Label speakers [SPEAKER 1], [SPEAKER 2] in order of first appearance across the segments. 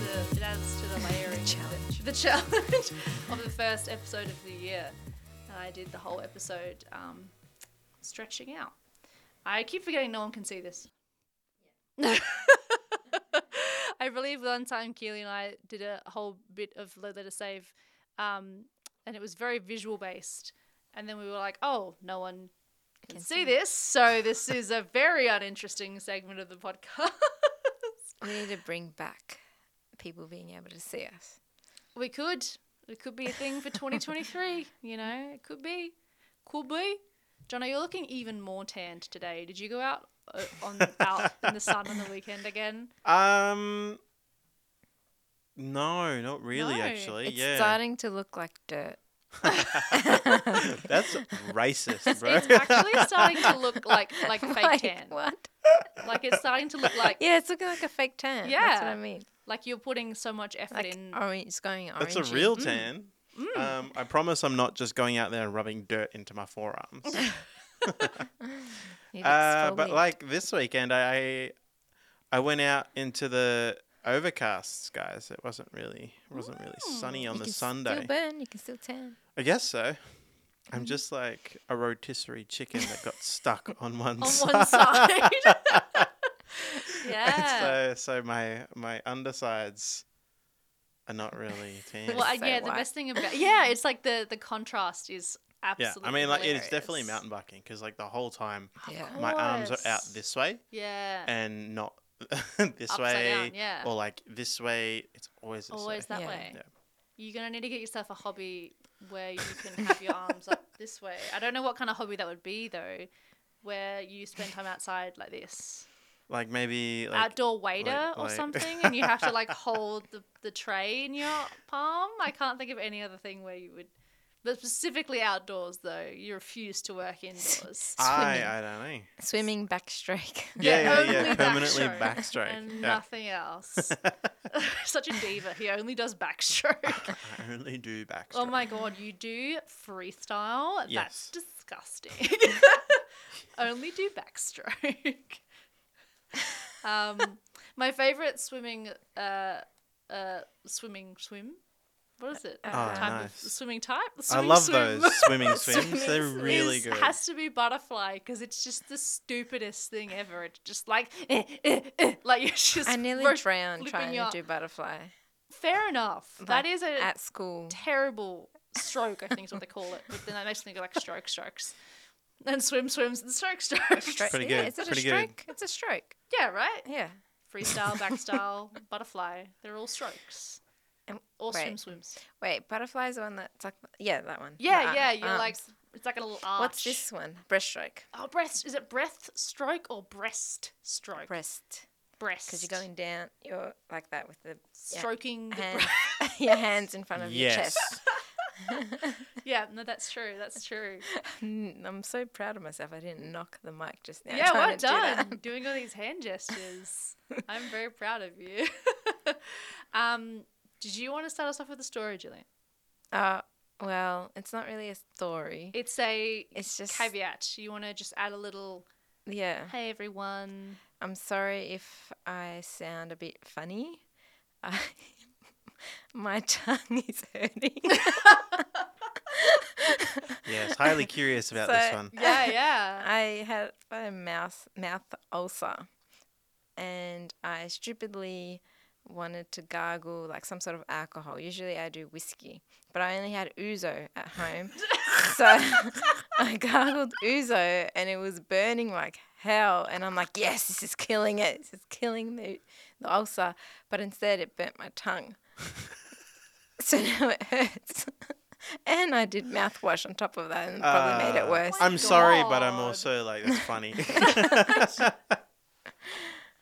[SPEAKER 1] reference to the layering,
[SPEAKER 2] challenge.
[SPEAKER 1] the challenge of the first episode of the year. And I did the whole episode um, stretching out. I keep forgetting no one can see this. I believe one time Keely and I did a whole bit of Let Let Us Save, um, and it was very visual based. And then we were like, oh, no one can,
[SPEAKER 2] Can
[SPEAKER 1] see
[SPEAKER 2] see.
[SPEAKER 1] this. So this is a very uninteresting segment of the podcast.
[SPEAKER 2] We need to bring back people being able to see us.
[SPEAKER 1] we could. It could be a thing for 2023. you know, it could be. Could be. Jono, you're looking even more tanned today. Did you go out uh, on out in the sun on the weekend again?
[SPEAKER 3] Um. No, not really.
[SPEAKER 1] No,
[SPEAKER 3] actually,
[SPEAKER 2] It's
[SPEAKER 3] Uh, yeah.
[SPEAKER 2] starting to look like dirt.
[SPEAKER 3] That's racist, bro.
[SPEAKER 1] It's actually starting to look like like fake
[SPEAKER 2] Like,
[SPEAKER 1] tan.
[SPEAKER 2] What?
[SPEAKER 1] Like it's starting to look like
[SPEAKER 2] Yeah, it's looking like a fake tan. That's what
[SPEAKER 1] Yeah.
[SPEAKER 2] I mean.
[SPEAKER 1] like you're putting so much effort
[SPEAKER 2] Like
[SPEAKER 1] in.
[SPEAKER 2] orange, it's going orange.
[SPEAKER 3] That's a real tan. Um, I promise I'm not just going out there and rubbing dirt into my forearms. Uh, but like this weekend, I I went out into the overcasts, guys. It wasn't really it wasn't really sunny on
[SPEAKER 2] you
[SPEAKER 3] the
[SPEAKER 2] can
[SPEAKER 3] Sunday.
[SPEAKER 2] still burn. You can still tan.
[SPEAKER 3] I guess so. I'm just like a rotisserie chicken that got stuck on one
[SPEAKER 1] on
[SPEAKER 3] side.
[SPEAKER 1] one side.
[SPEAKER 3] And
[SPEAKER 2] uh,
[SPEAKER 1] yeah.
[SPEAKER 3] so uh, so my my undersides are not really tan.
[SPEAKER 1] well, I-
[SPEAKER 2] So
[SPEAKER 1] yeah. The
[SPEAKER 2] white.
[SPEAKER 1] best thing about yeah, it's like the the contrast is
[SPEAKER 3] yeah,
[SPEAKER 1] absolutely.
[SPEAKER 3] I mean like it's definitely
[SPEAKER 1] hilarious.
[SPEAKER 3] mountain biking because like the whole time
[SPEAKER 2] Yeah.
[SPEAKER 3] my arms are out
[SPEAKER 1] course.
[SPEAKER 3] this way
[SPEAKER 1] Yeah.
[SPEAKER 3] and not this
[SPEAKER 1] Upside
[SPEAKER 3] way
[SPEAKER 1] down, yeah.
[SPEAKER 3] or like this way. It's always this
[SPEAKER 1] Always
[SPEAKER 3] way.
[SPEAKER 1] that
[SPEAKER 2] Yeah.
[SPEAKER 1] way.
[SPEAKER 3] Yeah.
[SPEAKER 1] You're gonna need to get yourself a hobby where you can have your arms up this way. I don't know what kind of hobby that would be though, where you spend time outside like this.
[SPEAKER 3] Like maybe like
[SPEAKER 1] outdoor waiter or
[SPEAKER 3] like-
[SPEAKER 1] something and you have to like hold the, the tray in your palm i can't think of any other thing where you would but specifically outdoors though you refuse to work indoors
[SPEAKER 3] I
[SPEAKER 2] swimming.
[SPEAKER 3] I don't know.
[SPEAKER 2] Swimming backstrike.
[SPEAKER 3] Yeah, yeah, yeah.
[SPEAKER 1] only
[SPEAKER 3] Permanently
[SPEAKER 1] backstroke
[SPEAKER 3] backstroke.
[SPEAKER 1] and
[SPEAKER 3] Yeah.
[SPEAKER 1] nothing else such a diva he only does backstroke
[SPEAKER 3] I only do backstroke.
[SPEAKER 1] oh my god you do freestyle
[SPEAKER 3] Yes.
[SPEAKER 1] that's disgusting only do backstroke um my favorite swimming uh uh swimming swim what is it
[SPEAKER 2] Oh,
[SPEAKER 1] type
[SPEAKER 3] Ah, nice.
[SPEAKER 1] of swimming type
[SPEAKER 3] I
[SPEAKER 1] swimming
[SPEAKER 3] love
[SPEAKER 1] swim
[SPEAKER 3] those swimming swims.
[SPEAKER 2] Swimming
[SPEAKER 3] They're
[SPEAKER 2] swims.
[SPEAKER 3] really
[SPEAKER 1] is-
[SPEAKER 3] good.
[SPEAKER 1] has to be butterfly because it's just the stupidest thing ever it's just like eh, eh, eh, like you're just
[SPEAKER 2] I nearly
[SPEAKER 1] ro-
[SPEAKER 2] drowned
[SPEAKER 1] flipping
[SPEAKER 2] trying
[SPEAKER 1] your-
[SPEAKER 2] to do butterfly
[SPEAKER 1] fair enough that
[SPEAKER 2] Like,
[SPEAKER 1] is a
[SPEAKER 2] at school.
[SPEAKER 1] terrible stroke i think is what they call it but then that makes me go like stroke strokes and swim swims and stroke strokes
[SPEAKER 2] Stroke-
[SPEAKER 3] pretty
[SPEAKER 2] yeah,
[SPEAKER 3] good,
[SPEAKER 2] Is it
[SPEAKER 3] pretty
[SPEAKER 2] a
[SPEAKER 3] good.
[SPEAKER 2] stroke? It's a stroke.
[SPEAKER 1] yeah right
[SPEAKER 2] Yeah.
[SPEAKER 1] freestyle, backstyle, butterfly. They're all strokes.
[SPEAKER 2] Um,
[SPEAKER 1] Or swim
[SPEAKER 2] wait.
[SPEAKER 1] swims.
[SPEAKER 2] Wait, butterfly is the one that's like, yeah, that one.
[SPEAKER 1] Yeah,
[SPEAKER 2] The ar-
[SPEAKER 1] yeah. You're like
[SPEAKER 2] arms.
[SPEAKER 1] it's like a little arch.
[SPEAKER 2] um, What's this one? Breaststroke.
[SPEAKER 1] Oh, breast. Is it breath stroke or breast stroke?
[SPEAKER 2] Breast.
[SPEAKER 1] breast.
[SPEAKER 2] Because you're going down, you're like that with the yeah,
[SPEAKER 1] stroking the
[SPEAKER 2] hand,
[SPEAKER 1] breast.
[SPEAKER 2] your hands in front of your
[SPEAKER 3] yes.
[SPEAKER 2] chest.
[SPEAKER 1] Yeah, no, that's true. That's true.
[SPEAKER 2] Mm, I'm so proud of myself. I didn't knock the mic just now.
[SPEAKER 1] yeah,
[SPEAKER 2] trying
[SPEAKER 1] well
[SPEAKER 2] to do that.
[SPEAKER 1] done. Doing all these hand gestures. I'm very proud of you. um, did you want to start us off with a story, Jillian?
[SPEAKER 2] Uh, well, it's not really a story.
[SPEAKER 1] It's a
[SPEAKER 2] It's just
[SPEAKER 1] caveat. You want to just add a little,
[SPEAKER 2] yeah.
[SPEAKER 1] hey everyone.
[SPEAKER 2] I'm sorry if I sound a bit funny. I, my tongue is hurting.
[SPEAKER 3] Yes, highly curious about this
[SPEAKER 2] So-
[SPEAKER 3] one.
[SPEAKER 1] Yeah, yeah.
[SPEAKER 2] I had a mouth mouth ulcer, and I stupidly wanted to gargle like some sort of alcohol. Usually I do whiskey, but I only had ouzo at home, so I gargled ouzo, and it was burning like hell. And I'm like, yes, this is killing it. This is killing the the ulcer. But instead, it burnt my tongue, so now it hurts. And I did mouthwash on top of that, and it probably made it
[SPEAKER 3] Uh,
[SPEAKER 2] worse.
[SPEAKER 3] I'm sorry, but I'm
[SPEAKER 1] God.
[SPEAKER 3] also like that's funny.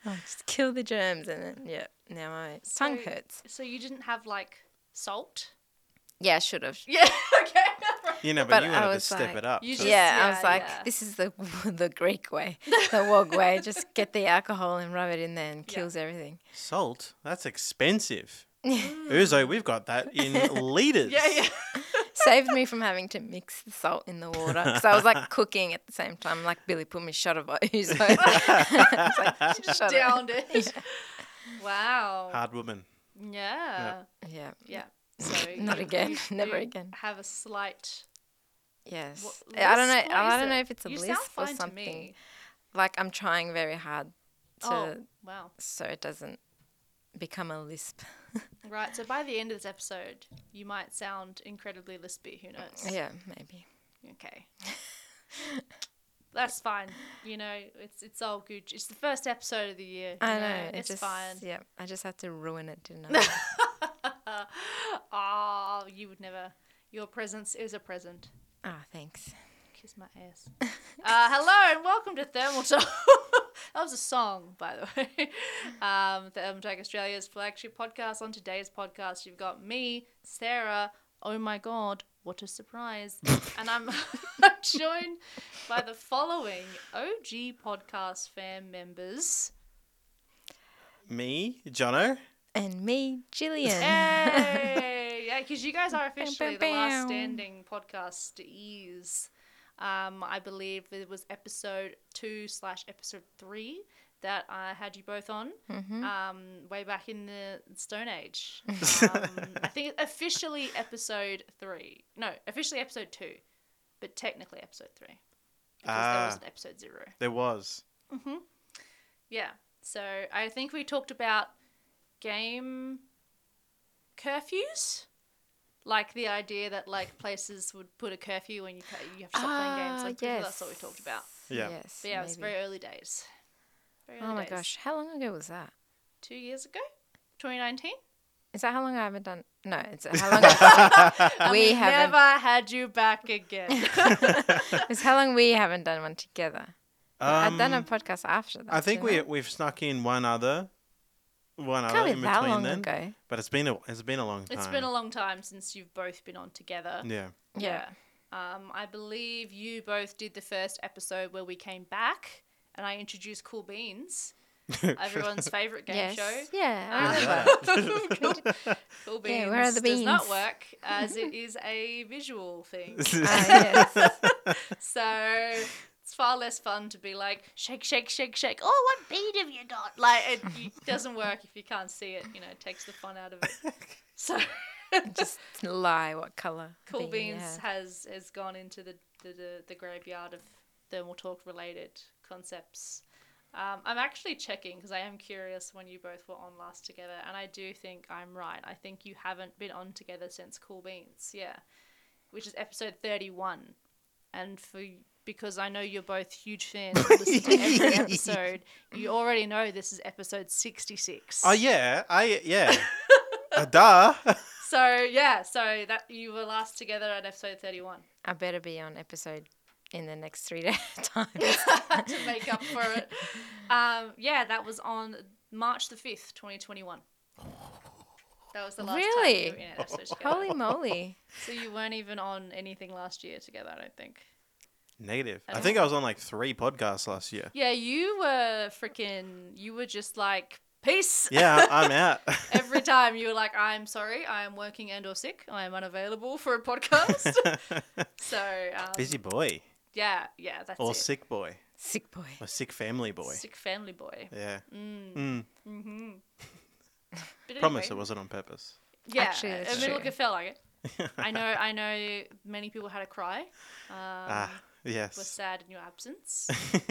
[SPEAKER 2] just kill the germs and then yeah now my tongue
[SPEAKER 1] So-
[SPEAKER 2] hurts
[SPEAKER 1] So you didn't have like salt?
[SPEAKER 2] yeah i should have
[SPEAKER 1] Yeah. Okay.
[SPEAKER 3] you know, but,
[SPEAKER 2] But
[SPEAKER 3] you
[SPEAKER 2] I
[SPEAKER 3] wanted to
[SPEAKER 2] was
[SPEAKER 3] step
[SPEAKER 2] like-
[SPEAKER 3] it up.
[SPEAKER 1] You
[SPEAKER 3] so-
[SPEAKER 1] just-
[SPEAKER 2] yeah, I
[SPEAKER 1] yeah,
[SPEAKER 2] was like,
[SPEAKER 1] yeah.
[SPEAKER 2] this is the the Greek way, the wog way. Just get the alcohol and rub it in there and
[SPEAKER 1] Yeah.
[SPEAKER 2] kills everything.
[SPEAKER 3] Salt? That's expensive. Uzo, we've got that in liters.
[SPEAKER 1] yeah, yeah.
[SPEAKER 2] Saved me from having to mix the salt in the water because I was like cooking at the same time. Like Billy put me a shot of ouzo. I was like, "Shut up."
[SPEAKER 1] Downed it. Wow.
[SPEAKER 3] Hard woman.
[SPEAKER 1] Yeah.
[SPEAKER 2] Yeah.
[SPEAKER 1] Yeah. So
[SPEAKER 2] Not
[SPEAKER 1] you-
[SPEAKER 2] again.
[SPEAKER 1] you
[SPEAKER 2] Never
[SPEAKER 1] do
[SPEAKER 2] again.
[SPEAKER 1] Have a slight.
[SPEAKER 2] Yes.
[SPEAKER 1] what-
[SPEAKER 2] I don't know.
[SPEAKER 1] lisp? What
[SPEAKER 2] I
[SPEAKER 1] is
[SPEAKER 2] don't know
[SPEAKER 1] it?
[SPEAKER 2] if it's a
[SPEAKER 1] you
[SPEAKER 2] lisp
[SPEAKER 1] sound
[SPEAKER 2] or
[SPEAKER 1] fine
[SPEAKER 2] something.
[SPEAKER 1] To me.
[SPEAKER 2] Like I'm trying very hard to
[SPEAKER 1] Oh wow!
[SPEAKER 2] so it doesn't become a lisp.
[SPEAKER 1] Right. So by the end of this episode, you might sound incredibly lispy. Who knows?
[SPEAKER 2] Yeah, maybe.
[SPEAKER 1] Okay. That's fine. You know, it's it's all good. It's the first episode of the year. you
[SPEAKER 2] I know. it
[SPEAKER 1] It's
[SPEAKER 2] just,
[SPEAKER 1] fine.
[SPEAKER 2] Yeah, I just had to ruin it, didn't I?
[SPEAKER 1] Oh, you would never. Your presence is a present.
[SPEAKER 2] Ah, thanks.
[SPEAKER 1] Kiss my ass. uh, hello and welcome to Thermal Talk. that was a song, by the way. Um, Thermal Talk Australia's flagship podcast. On today's podcast, you've got me, Sarah. Oh my God, what a surprise! and I'm joined by the following OG podcast fan members.
[SPEAKER 3] Me, Jono.
[SPEAKER 2] And me, Gillian.
[SPEAKER 1] Hey, yeah, because you guys are
[SPEAKER 2] bam,
[SPEAKER 1] officially the last
[SPEAKER 2] bam.
[SPEAKER 1] standing podcast to ease. Um, I believe it was episode two slash episode three that I had you both on
[SPEAKER 2] Mm. Mm-hmm.
[SPEAKER 1] um, way back in the Stone Age. Um, I think officially episode three. No, officially episode two, but technically episode three because there
[SPEAKER 3] Ah.
[SPEAKER 1] was an episode zero.
[SPEAKER 3] There was.
[SPEAKER 2] Mm-hmm.
[SPEAKER 1] Yeah. So I think we talked about game curfews, like the idea that like places would put a curfew when you ca- you have to stop playing games.
[SPEAKER 2] Ah,
[SPEAKER 1] Like yes. that's what we
[SPEAKER 2] yes.
[SPEAKER 1] talked about.
[SPEAKER 3] Yeah.
[SPEAKER 2] Yes.
[SPEAKER 1] But yeah, it was
[SPEAKER 2] maybe.
[SPEAKER 1] very early days. Very early
[SPEAKER 2] Oh my
[SPEAKER 1] days.
[SPEAKER 2] gosh, how long ago was that?
[SPEAKER 1] Two years ago, 2019.
[SPEAKER 2] Is that how long I haven't done? No, it's how long. I-
[SPEAKER 1] And
[SPEAKER 2] we
[SPEAKER 1] we've
[SPEAKER 2] haven't.
[SPEAKER 1] never had you back again.
[SPEAKER 2] It's how long we haven't done one together. I've done a
[SPEAKER 3] Um,
[SPEAKER 2] podcast after that.
[SPEAKER 3] I think
[SPEAKER 2] didn't
[SPEAKER 3] we we've snuck in one other, one
[SPEAKER 2] I?
[SPEAKER 3] other
[SPEAKER 2] Can't
[SPEAKER 3] in
[SPEAKER 2] be that long
[SPEAKER 3] between then.
[SPEAKER 2] ago.
[SPEAKER 3] But it's been a it's been a long time.
[SPEAKER 1] it's been a long time since you've both been on together.
[SPEAKER 3] yeah.
[SPEAKER 2] Yeah.
[SPEAKER 1] Um, I believe you both did the first episode where we came back and I introduced Cool Beans, everyone's favorite game
[SPEAKER 2] yes.
[SPEAKER 1] show.
[SPEAKER 2] Yeah. I
[SPEAKER 1] Ah.
[SPEAKER 2] remember.
[SPEAKER 1] cool, cool Beans
[SPEAKER 2] Yeah, where are the
[SPEAKER 1] does not
[SPEAKER 2] beans?
[SPEAKER 1] work as it is a visual thing.
[SPEAKER 2] Ah, yes.
[SPEAKER 1] So it's far less fun to be like, shake, shake, shake, shake. Oh, what bean have you got? Like, it, it doesn't work if you can't see it. You know, it takes the fun out of it. So
[SPEAKER 2] Just lie. What color?
[SPEAKER 1] Cool Beans has has gone into the, the, the, the graveyard of thermal talk related concepts. Um, I'm actually checking because I am curious when you both were on last together, and I do think I'm right. I think you haven't been on together since Cool Beans, yeah, which is episode 31. And for because I know you're both huge fans, and listen to every episode. You already know this is episode 66.
[SPEAKER 3] Oh yeah. I yeah. uh, duh.
[SPEAKER 1] So yeah, so that you were last together at episode 31.
[SPEAKER 2] I better be on episode in the next three days time.
[SPEAKER 1] to make up for it. Um, yeah, that was on March the fifth, twenty twenty one. That was the last time
[SPEAKER 2] Really?
[SPEAKER 1] you were in an episode together.
[SPEAKER 2] Holy moly!
[SPEAKER 1] So you weren't even on anything last year together, I don't think.
[SPEAKER 3] Negative.
[SPEAKER 1] I
[SPEAKER 3] I think I was on like three podcasts last year.
[SPEAKER 1] Yeah, you were freaking. You were just like peace.
[SPEAKER 3] Yeah, I'm out.
[SPEAKER 1] Every time you were like, "I'm sorry, I am working and or sick. I am unavailable for a podcast." so um,
[SPEAKER 3] Busy boy
[SPEAKER 1] Yeah, yeah, that's
[SPEAKER 3] or
[SPEAKER 1] it.
[SPEAKER 3] sick boy
[SPEAKER 2] Sick boy.
[SPEAKER 3] or sick family boy.
[SPEAKER 1] Sick family boy.
[SPEAKER 3] Yeah.
[SPEAKER 1] Mm.
[SPEAKER 3] Mm.
[SPEAKER 1] Mm-hmm. But
[SPEAKER 3] Promise
[SPEAKER 1] anyway.
[SPEAKER 3] it wasn't on purpose.
[SPEAKER 1] Yeah,
[SPEAKER 2] Actually,
[SPEAKER 1] I
[SPEAKER 2] that's
[SPEAKER 1] mean,
[SPEAKER 2] true.
[SPEAKER 1] look, it felt like it. I know, I know. Many people had a cry. Um,
[SPEAKER 3] ah,
[SPEAKER 1] Were
[SPEAKER 3] yes.
[SPEAKER 1] sad in your absence. uh,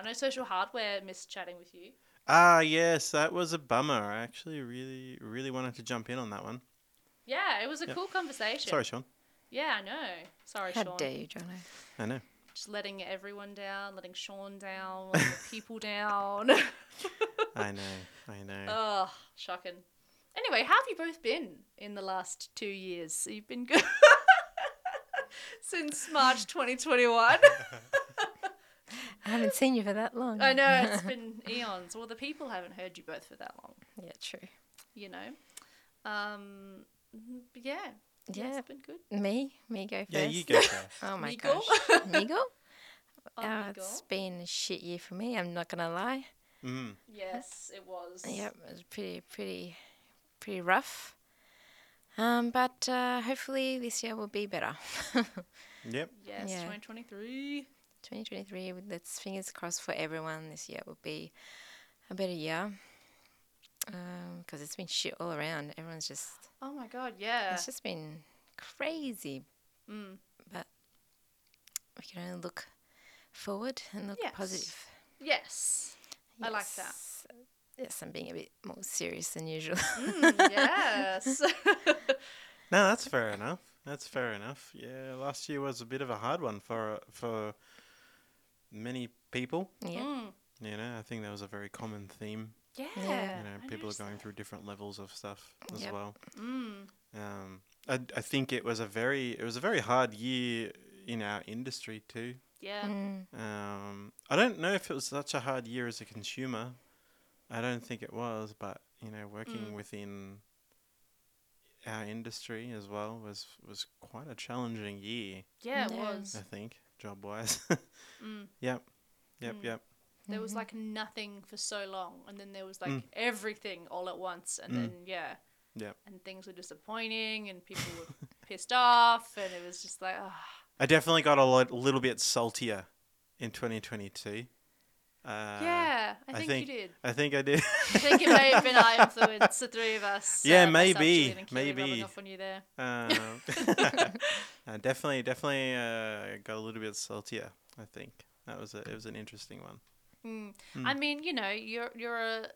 [SPEAKER 1] I know social hardware missed chatting with you.
[SPEAKER 3] ah, yes. That was a bummer. I actually really, really wanted to jump in on that one.
[SPEAKER 1] Yeah, it was a
[SPEAKER 3] Yeah.
[SPEAKER 1] cool conversation.
[SPEAKER 3] Sorry, Sean.
[SPEAKER 1] Yeah, I know. Sorry,
[SPEAKER 2] How
[SPEAKER 1] Sean.
[SPEAKER 2] dare you, Jono?
[SPEAKER 3] I know.
[SPEAKER 1] Just letting everyone down, letting Sean down, letting the people down.
[SPEAKER 3] I know. I know.
[SPEAKER 1] oh, shocking. Anyway, how have you both been in the last two years? You've been good since March 2021.
[SPEAKER 2] I haven't seen you for that long.
[SPEAKER 1] I know it's been eons. Well, the people haven't heard you both for that long,
[SPEAKER 2] Yeah, true.
[SPEAKER 1] you know. Um, but yeah, yeah,
[SPEAKER 2] Yeah,
[SPEAKER 1] it's been good.
[SPEAKER 2] me, me go first.
[SPEAKER 3] yeah, you go first.
[SPEAKER 2] Oh my
[SPEAKER 1] Miguel?
[SPEAKER 2] gosh, Miguel.
[SPEAKER 1] Oh,
[SPEAKER 2] Uh,
[SPEAKER 1] Miguel.
[SPEAKER 2] it's been a shit year for me. I'm not gonna lie.
[SPEAKER 3] Mm.
[SPEAKER 1] Yes, it was.
[SPEAKER 2] Yep, it was pretty, pretty, pretty rough. Um, but uh, hopefully this year will be better.
[SPEAKER 3] Yep.
[SPEAKER 1] Yes,
[SPEAKER 2] Yeah.
[SPEAKER 1] 2023.
[SPEAKER 2] 2023. with- Let's fingers crossed for everyone. This year will be a better year. Um, because it's been shit all around. Everyone's just
[SPEAKER 1] Oh my god, yeah.
[SPEAKER 2] it's just been crazy.
[SPEAKER 1] Mm.
[SPEAKER 2] We can only look forward and look
[SPEAKER 1] Yes.
[SPEAKER 2] positive.
[SPEAKER 1] Yes. I like that.
[SPEAKER 2] Yes. Yes, I'm being a bit more serious than usual.
[SPEAKER 1] Mm, yes.
[SPEAKER 3] No, that's fair enough. That's fair enough. Yeah, last year was a bit of a hard one for for many people.
[SPEAKER 2] yeah.
[SPEAKER 1] Mm.
[SPEAKER 3] You know, I think that was a very common theme.
[SPEAKER 1] Yeah.
[SPEAKER 3] You know,
[SPEAKER 1] I
[SPEAKER 3] people are
[SPEAKER 1] noticed
[SPEAKER 3] going
[SPEAKER 1] that.
[SPEAKER 3] through different levels of stuff as
[SPEAKER 2] Yep.
[SPEAKER 3] well.
[SPEAKER 1] Mm.
[SPEAKER 3] Um, I, I think it was a very it was a very hard year in our industry too.
[SPEAKER 1] Yeah.
[SPEAKER 2] Mm.
[SPEAKER 3] Um, I don't know if it was such a hard year as a consumer. I don't think it was, but you know, working
[SPEAKER 1] Mm.
[SPEAKER 3] within our industry as well was was quite a challenging year.
[SPEAKER 1] Yeah, it
[SPEAKER 2] Yeah.
[SPEAKER 1] was.
[SPEAKER 3] I think job wise.
[SPEAKER 1] Mm.
[SPEAKER 3] yep, yep,
[SPEAKER 1] Mm.
[SPEAKER 3] yep.
[SPEAKER 1] There was
[SPEAKER 2] Mhm.
[SPEAKER 1] like nothing for so long, and then there was like
[SPEAKER 3] Mm.
[SPEAKER 1] everything all at once, and
[SPEAKER 3] Mm.
[SPEAKER 1] then yeah,
[SPEAKER 3] Yep.
[SPEAKER 1] and things were disappointing, and people were pissed off, and it was just like, ah,
[SPEAKER 3] I definitely got a lot, little bit saltier in 2022. Uh,
[SPEAKER 1] yeah, I
[SPEAKER 3] I
[SPEAKER 1] think,
[SPEAKER 3] think-
[SPEAKER 1] you did.
[SPEAKER 3] I think I did.
[SPEAKER 1] I think it may have been our influence, the three of us. Uh,
[SPEAKER 3] Yeah,
[SPEAKER 1] myself,
[SPEAKER 3] maybe,
[SPEAKER 1] Julian, and Keely rubbing
[SPEAKER 3] maybe.
[SPEAKER 1] off on you there.
[SPEAKER 3] Um, uh, definitely, definitely uh, got a little bit saltier. I think that was a, it was an interesting one.
[SPEAKER 1] Mm.
[SPEAKER 3] Mm.
[SPEAKER 1] I mean, you know, you're you're uh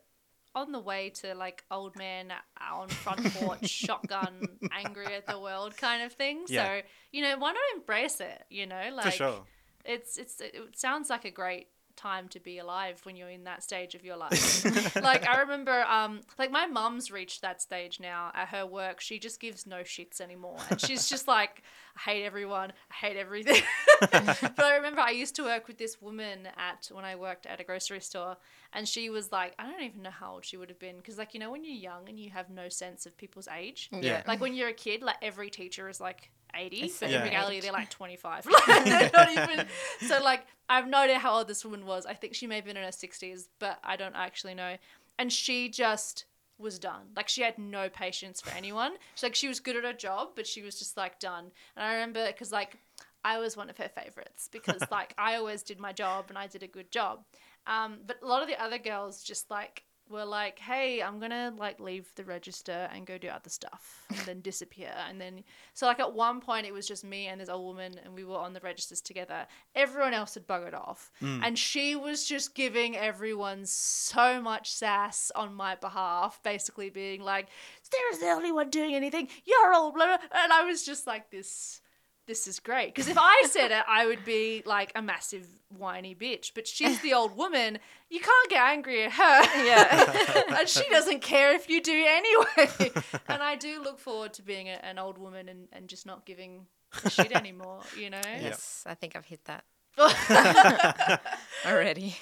[SPEAKER 1] on the way to like old man on front porch, shotgun, angry at the world kind of thing.
[SPEAKER 3] Yeah.
[SPEAKER 1] So you know, why not embrace it? You know, like
[SPEAKER 3] For sure.
[SPEAKER 1] it's it's it sounds like a great time to be alive when you're in that stage of your life. like I remember um like my mum's reached that stage now at her work. She just gives no shits anymore. And she's just like I hate everyone. I hate everything. but I remember I used to work with this woman at when I worked at a grocery store and she was like I don't even know how old she would have been cuz like you know when you're young and you have no sense of people's age.
[SPEAKER 2] Mm-hmm.
[SPEAKER 3] Yeah.
[SPEAKER 1] Like when you're a kid, like every teacher is like 80,
[SPEAKER 2] It's
[SPEAKER 1] but
[SPEAKER 3] the
[SPEAKER 1] in
[SPEAKER 3] age.
[SPEAKER 1] reality they're like 25. Like, they're not even. So like I have no idea how old this woman was. I think she may have been in her 60s, but I don't actually know. And she just was done. Like she had no patience for anyone. She like she was good at her job, but she was just like done. And I remember because like I was one of her favorites because like I always did my job and I did a good job. Um, but a lot of the other girls just like were like, "Hey, I'm gonna like leave the register and go do other stuff, and then disappear." And then so like at one point it was just me and this old woman, and we were on the registers together. Everyone else had buggered off,
[SPEAKER 3] Mm.
[SPEAKER 1] and she was just giving everyone so much sass on my behalf, basically being like, "Sarah's the only one doing anything. You're all blah." blah. And I was just like this this is great. Because if I said it, I would be like a massive whiny bitch. But she's the old woman. You can't get angry at her.
[SPEAKER 2] Yeah.
[SPEAKER 1] and she doesn't care if you do anyway. and I do look forward to being a, an old woman and, and just not giving a shit anymore, you know?
[SPEAKER 2] yes, I think I've hit that
[SPEAKER 1] Yeah.
[SPEAKER 2] already.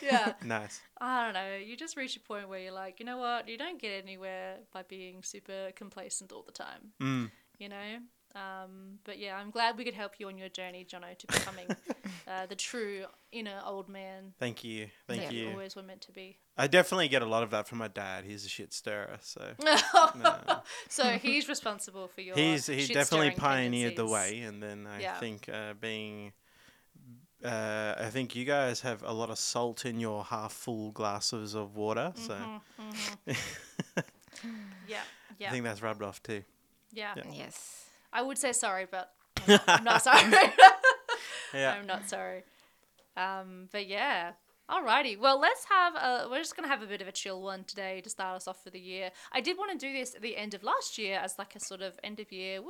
[SPEAKER 3] Nice.
[SPEAKER 1] I don't know. You just reach a point where you're like, you know what? You don't get anywhere by being super complacent all the time.
[SPEAKER 3] Mm.
[SPEAKER 1] you know. Um, but yeah, I'm glad we could help you on your journey, Jono, to becoming uh, the true inner old man
[SPEAKER 3] Thank you. Thank
[SPEAKER 2] Yeah.
[SPEAKER 1] that you
[SPEAKER 3] you.
[SPEAKER 1] always were meant to be.
[SPEAKER 3] I definitely get a lot of that from my dad. He's a shit stirrer, so
[SPEAKER 1] so he's responsible for your.
[SPEAKER 3] he's he definitely
[SPEAKER 1] shit-stirring
[SPEAKER 3] pioneered the
[SPEAKER 1] tendencies.
[SPEAKER 3] way. And then I
[SPEAKER 1] Yeah.
[SPEAKER 3] think uh, being, uh, I think you guys have a lot of salt in your half full glasses of water. So
[SPEAKER 1] Mhm, mhm. yeah,
[SPEAKER 3] I
[SPEAKER 1] yeah,
[SPEAKER 3] think that's rubbed off too.
[SPEAKER 1] yeah,
[SPEAKER 3] yeah.
[SPEAKER 2] Yes.
[SPEAKER 1] I would say sorry, but I'm not, I'm not sorry.
[SPEAKER 3] Yeah.
[SPEAKER 1] I'm not sorry. Um, but yeah. Alrighty. Well, let's have a. We're just gonna have a bit of a chill one today to start us off for the year. I did want to do this at the end of last year as like a sort of end of year. Woo!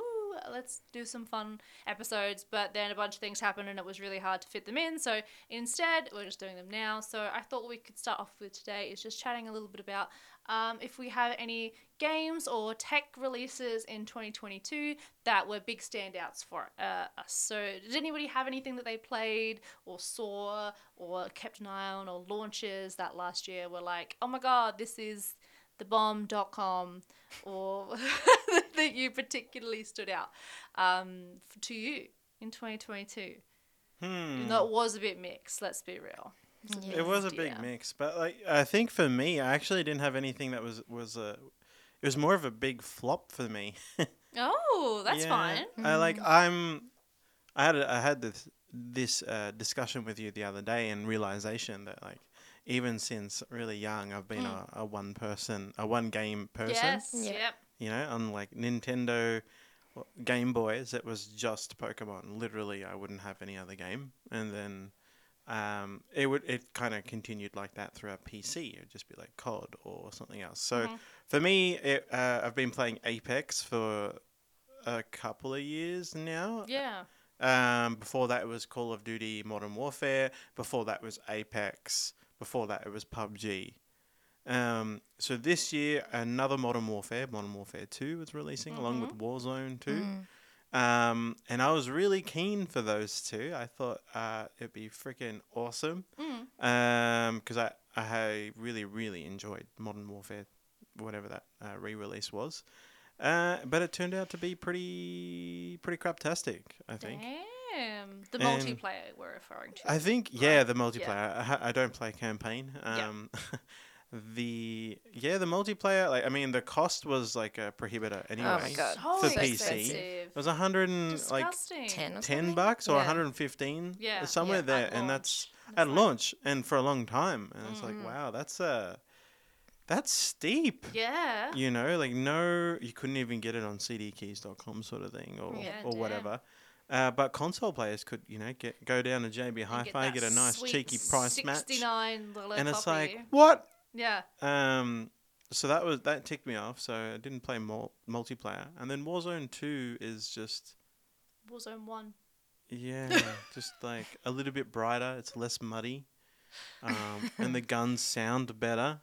[SPEAKER 1] Let's do some fun episodes. But then a bunch of things happened and it was really hard to fit them in. So instead, we're just doing them now. So I thought we could start off with today is just chatting a little bit about um, if we have any games or tech releases in 2022 that were big standouts for uh, us. So, did anybody have anything that they played or saw or kept an eye on or launches that last year were like, oh my god, this is the bomb.com or that you particularly stood out um, f- to you in 2022?
[SPEAKER 3] Hmm.
[SPEAKER 1] That was a bit mixed, let's be real. It's
[SPEAKER 2] Yeah.
[SPEAKER 3] It was a
[SPEAKER 1] mixed
[SPEAKER 3] big
[SPEAKER 1] year.
[SPEAKER 3] mix, but like I think for me, I actually didn't have anything that was was a. It was more of a big flop for me.
[SPEAKER 1] Oh, that's
[SPEAKER 3] Yeah,
[SPEAKER 1] fine.
[SPEAKER 3] I like I'm. I had a, I had this this uh, discussion with you the other day and realization that like even since really young, I've been a, a one person, a one game person.
[SPEAKER 1] Mm. Yes.
[SPEAKER 2] Yeah.
[SPEAKER 1] Yep.
[SPEAKER 3] You know, on like Nintendo well, Game Boys, it was just Pokemon. Literally, I wouldn't have any other game. And then um, it would it kind of continued like that throughout PC. It would just be like COD or something else. So for me, it, uh, I've been playing Apex for a couple of years now.
[SPEAKER 1] Yeah.
[SPEAKER 3] Um, before that, it was Call of Duty Modern Warfare. Before that, was Apex. Before that, it was PUBG. Um, so this year, another Modern Warfare, Modern Warfare 2, was releasing along with Warzone 2.
[SPEAKER 2] Mm.
[SPEAKER 3] Um, and I was really keen for those two. I thought uh, it'd be freaking awesome
[SPEAKER 1] Mm.
[SPEAKER 3] because I, I really, really enjoyed Modern Warfare, whatever that uh, re release was. Uh, but it turned out to be pretty, pretty craptastic, I think.
[SPEAKER 1] Damn. The
[SPEAKER 3] And-
[SPEAKER 1] multiplayer we're referring to.
[SPEAKER 3] I think
[SPEAKER 1] Right.
[SPEAKER 3] yeah, the
[SPEAKER 1] Yeah.
[SPEAKER 3] multiplayer. I, I don't play campaign.
[SPEAKER 1] Yeah.
[SPEAKER 3] Um, the yeah, the multiplayer. Like I mean, the cost was like a
[SPEAKER 1] Oh
[SPEAKER 3] prohibitor anyway.
[SPEAKER 2] Oh my God.
[SPEAKER 1] so
[SPEAKER 3] For
[SPEAKER 2] so
[SPEAKER 3] PC,
[SPEAKER 1] expensive.
[SPEAKER 3] it was a hundred and like
[SPEAKER 1] Disgusting.
[SPEAKER 2] ten or
[SPEAKER 3] ten
[SPEAKER 2] something?
[SPEAKER 3] bucks or
[SPEAKER 2] Yeah.
[SPEAKER 3] a hundred and fifteen.
[SPEAKER 1] Yeah. Yeah,
[SPEAKER 3] somewhere
[SPEAKER 2] at
[SPEAKER 3] there,
[SPEAKER 1] launch.
[SPEAKER 3] and that's
[SPEAKER 1] That's like-
[SPEAKER 3] at
[SPEAKER 1] Mm-hmm.
[SPEAKER 3] launch and for a long time. And it's
[SPEAKER 2] Mhm.
[SPEAKER 3] like wow, that's uh, that's steep.
[SPEAKER 1] Yeah.
[SPEAKER 3] You know, like no, you couldn't even get it on cdkeys.com sort of thing or,
[SPEAKER 1] Yeah,
[SPEAKER 3] or
[SPEAKER 1] damn.
[SPEAKER 3] whatever. Uh, but console players could, you know, get go down to JB
[SPEAKER 1] And
[SPEAKER 3] Hi-Fi,
[SPEAKER 1] that
[SPEAKER 3] get, a nice
[SPEAKER 1] sweet
[SPEAKER 3] cheeky price match,
[SPEAKER 1] $69
[SPEAKER 3] and it's like
[SPEAKER 1] copy.
[SPEAKER 3] what?
[SPEAKER 1] Yeah.
[SPEAKER 3] Um, so that was that ticked me off. So I didn't play mul- multiplayer, and then Warzone Two is just
[SPEAKER 1] Warzone 1.
[SPEAKER 3] yeah, just like a little bit brighter. It's less muddy, um, and the guns sound better,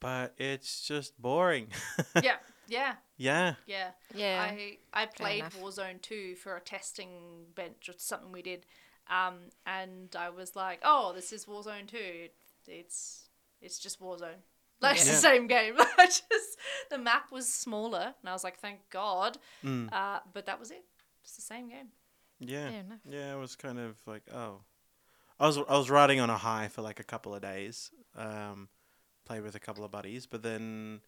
[SPEAKER 3] but it's just boring.
[SPEAKER 1] yeah. Yeah.
[SPEAKER 3] yeah.
[SPEAKER 1] Yeah.
[SPEAKER 2] Yeah.
[SPEAKER 1] I I played
[SPEAKER 2] enough.
[SPEAKER 1] Warzone 2 for a testing bench or something we did. Um, and I was like, oh, this is Warzone 2. It, it's it's just Warzone. Like it's
[SPEAKER 3] Yeah.
[SPEAKER 1] the same game. I just the map was smaller and I was like, thank God.
[SPEAKER 3] Mm,
[SPEAKER 1] Uh, but that was it. It's the same game.
[SPEAKER 3] yeah.
[SPEAKER 2] Fair enough.
[SPEAKER 3] Yeah, it was kind of like oh, I was I was riding on a high for like a couple of days, um, played with a couple of buddies, but then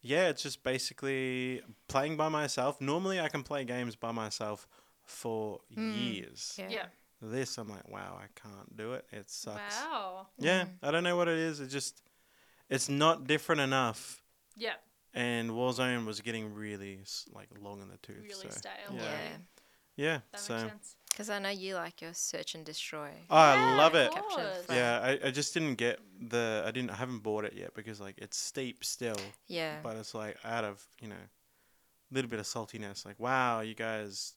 [SPEAKER 3] yeah, it's just basically playing by myself. Normally, I can play games by myself for
[SPEAKER 2] Mm,
[SPEAKER 3] years.
[SPEAKER 2] Yeah.
[SPEAKER 1] Hmm. Yeah.
[SPEAKER 3] This, I'm like, wow, I can't do it. It sucks.
[SPEAKER 1] Wow.
[SPEAKER 3] Yeah, I don't know what it is. It just, it's not different enough.
[SPEAKER 1] Yeah.
[SPEAKER 3] And Warzone was getting really s- like long in the tooth.
[SPEAKER 1] Really
[SPEAKER 3] so.
[SPEAKER 1] stale.
[SPEAKER 3] Yeah.
[SPEAKER 1] Yeah.
[SPEAKER 2] Yeah.
[SPEAKER 3] Yeah,
[SPEAKER 1] That
[SPEAKER 3] so
[SPEAKER 1] makes sense.
[SPEAKER 2] Because I know you like your search and destroy.
[SPEAKER 3] I
[SPEAKER 1] Yeah,
[SPEAKER 3] love
[SPEAKER 1] of
[SPEAKER 3] it.
[SPEAKER 1] course.
[SPEAKER 2] Captions, but-
[SPEAKER 3] Yeah, I, I just didn't get the I didn't I haven't bought it yet because like it's steep still,
[SPEAKER 2] Yeah.
[SPEAKER 3] but it's like out of you know, a little bit of saltiness. Like wow, you guys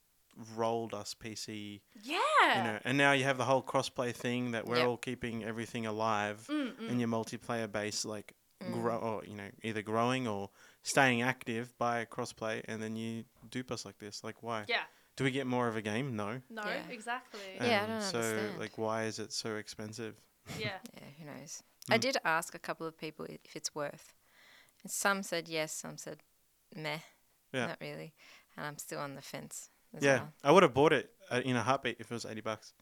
[SPEAKER 3] rolled us PC,
[SPEAKER 1] Yeah.
[SPEAKER 3] you know, and now you have the whole crossplay thing that we're
[SPEAKER 2] Yep. Mm-hmm.
[SPEAKER 3] all keeping everything alive
[SPEAKER 1] Mm, mm.
[SPEAKER 3] in your multiplayer base, like
[SPEAKER 2] mm,
[SPEAKER 3] grow or you know either growing or staying active by crossplay, and then you dupe us like this. Like why?
[SPEAKER 1] Yeah.
[SPEAKER 3] Do we get more of a game? No. Um,
[SPEAKER 1] No,
[SPEAKER 2] Yeah.
[SPEAKER 1] exactly.
[SPEAKER 2] Yeah. I don't
[SPEAKER 3] so
[SPEAKER 2] understand.
[SPEAKER 3] like why is it so expensive?
[SPEAKER 1] yeah.
[SPEAKER 2] Yeah, who knows?
[SPEAKER 3] Mm.
[SPEAKER 2] I did ask a couple of people i- if it's worth. And some said yes, some said meh,
[SPEAKER 3] Yeah.
[SPEAKER 2] not really. And I'm still on the fence. As
[SPEAKER 3] Yeah,
[SPEAKER 2] Well.
[SPEAKER 3] I would have bought it uh, in a heartbeat if it was eighty bucks.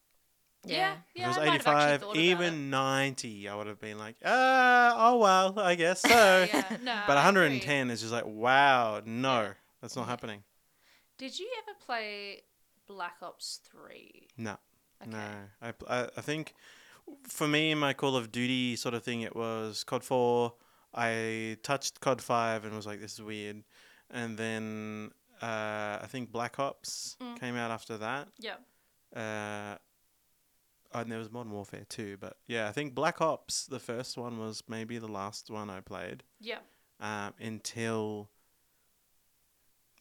[SPEAKER 1] Yeah.
[SPEAKER 2] Yeah.
[SPEAKER 1] Yeah.
[SPEAKER 3] if it
[SPEAKER 1] I
[SPEAKER 3] was
[SPEAKER 1] might have actually
[SPEAKER 3] eighty-five,
[SPEAKER 1] thought about
[SPEAKER 3] even
[SPEAKER 1] it.
[SPEAKER 3] ninety, I would have been like, uh, oh well, I guess so.
[SPEAKER 1] yeah. No.
[SPEAKER 3] But
[SPEAKER 1] I
[SPEAKER 3] one hundred
[SPEAKER 1] agree.
[SPEAKER 3] and ten is just like, wow, no,
[SPEAKER 1] Yeah.
[SPEAKER 3] that's not happening.
[SPEAKER 1] Did you ever play Black Ops 3?
[SPEAKER 3] No,
[SPEAKER 1] Okay.
[SPEAKER 3] no. I, pl- I I think for me, in my Call of Duty sort of thing, it was COD four. I touched COD five and was like, this is weird, and then uh, I think Black Ops
[SPEAKER 1] Mm.
[SPEAKER 3] came out after that.
[SPEAKER 1] Yeah.
[SPEAKER 3] uh, and there was Modern Warfare too. But yeah, I think Black Ops, the first one, was maybe the last one I played
[SPEAKER 1] Yeah.
[SPEAKER 3] um, until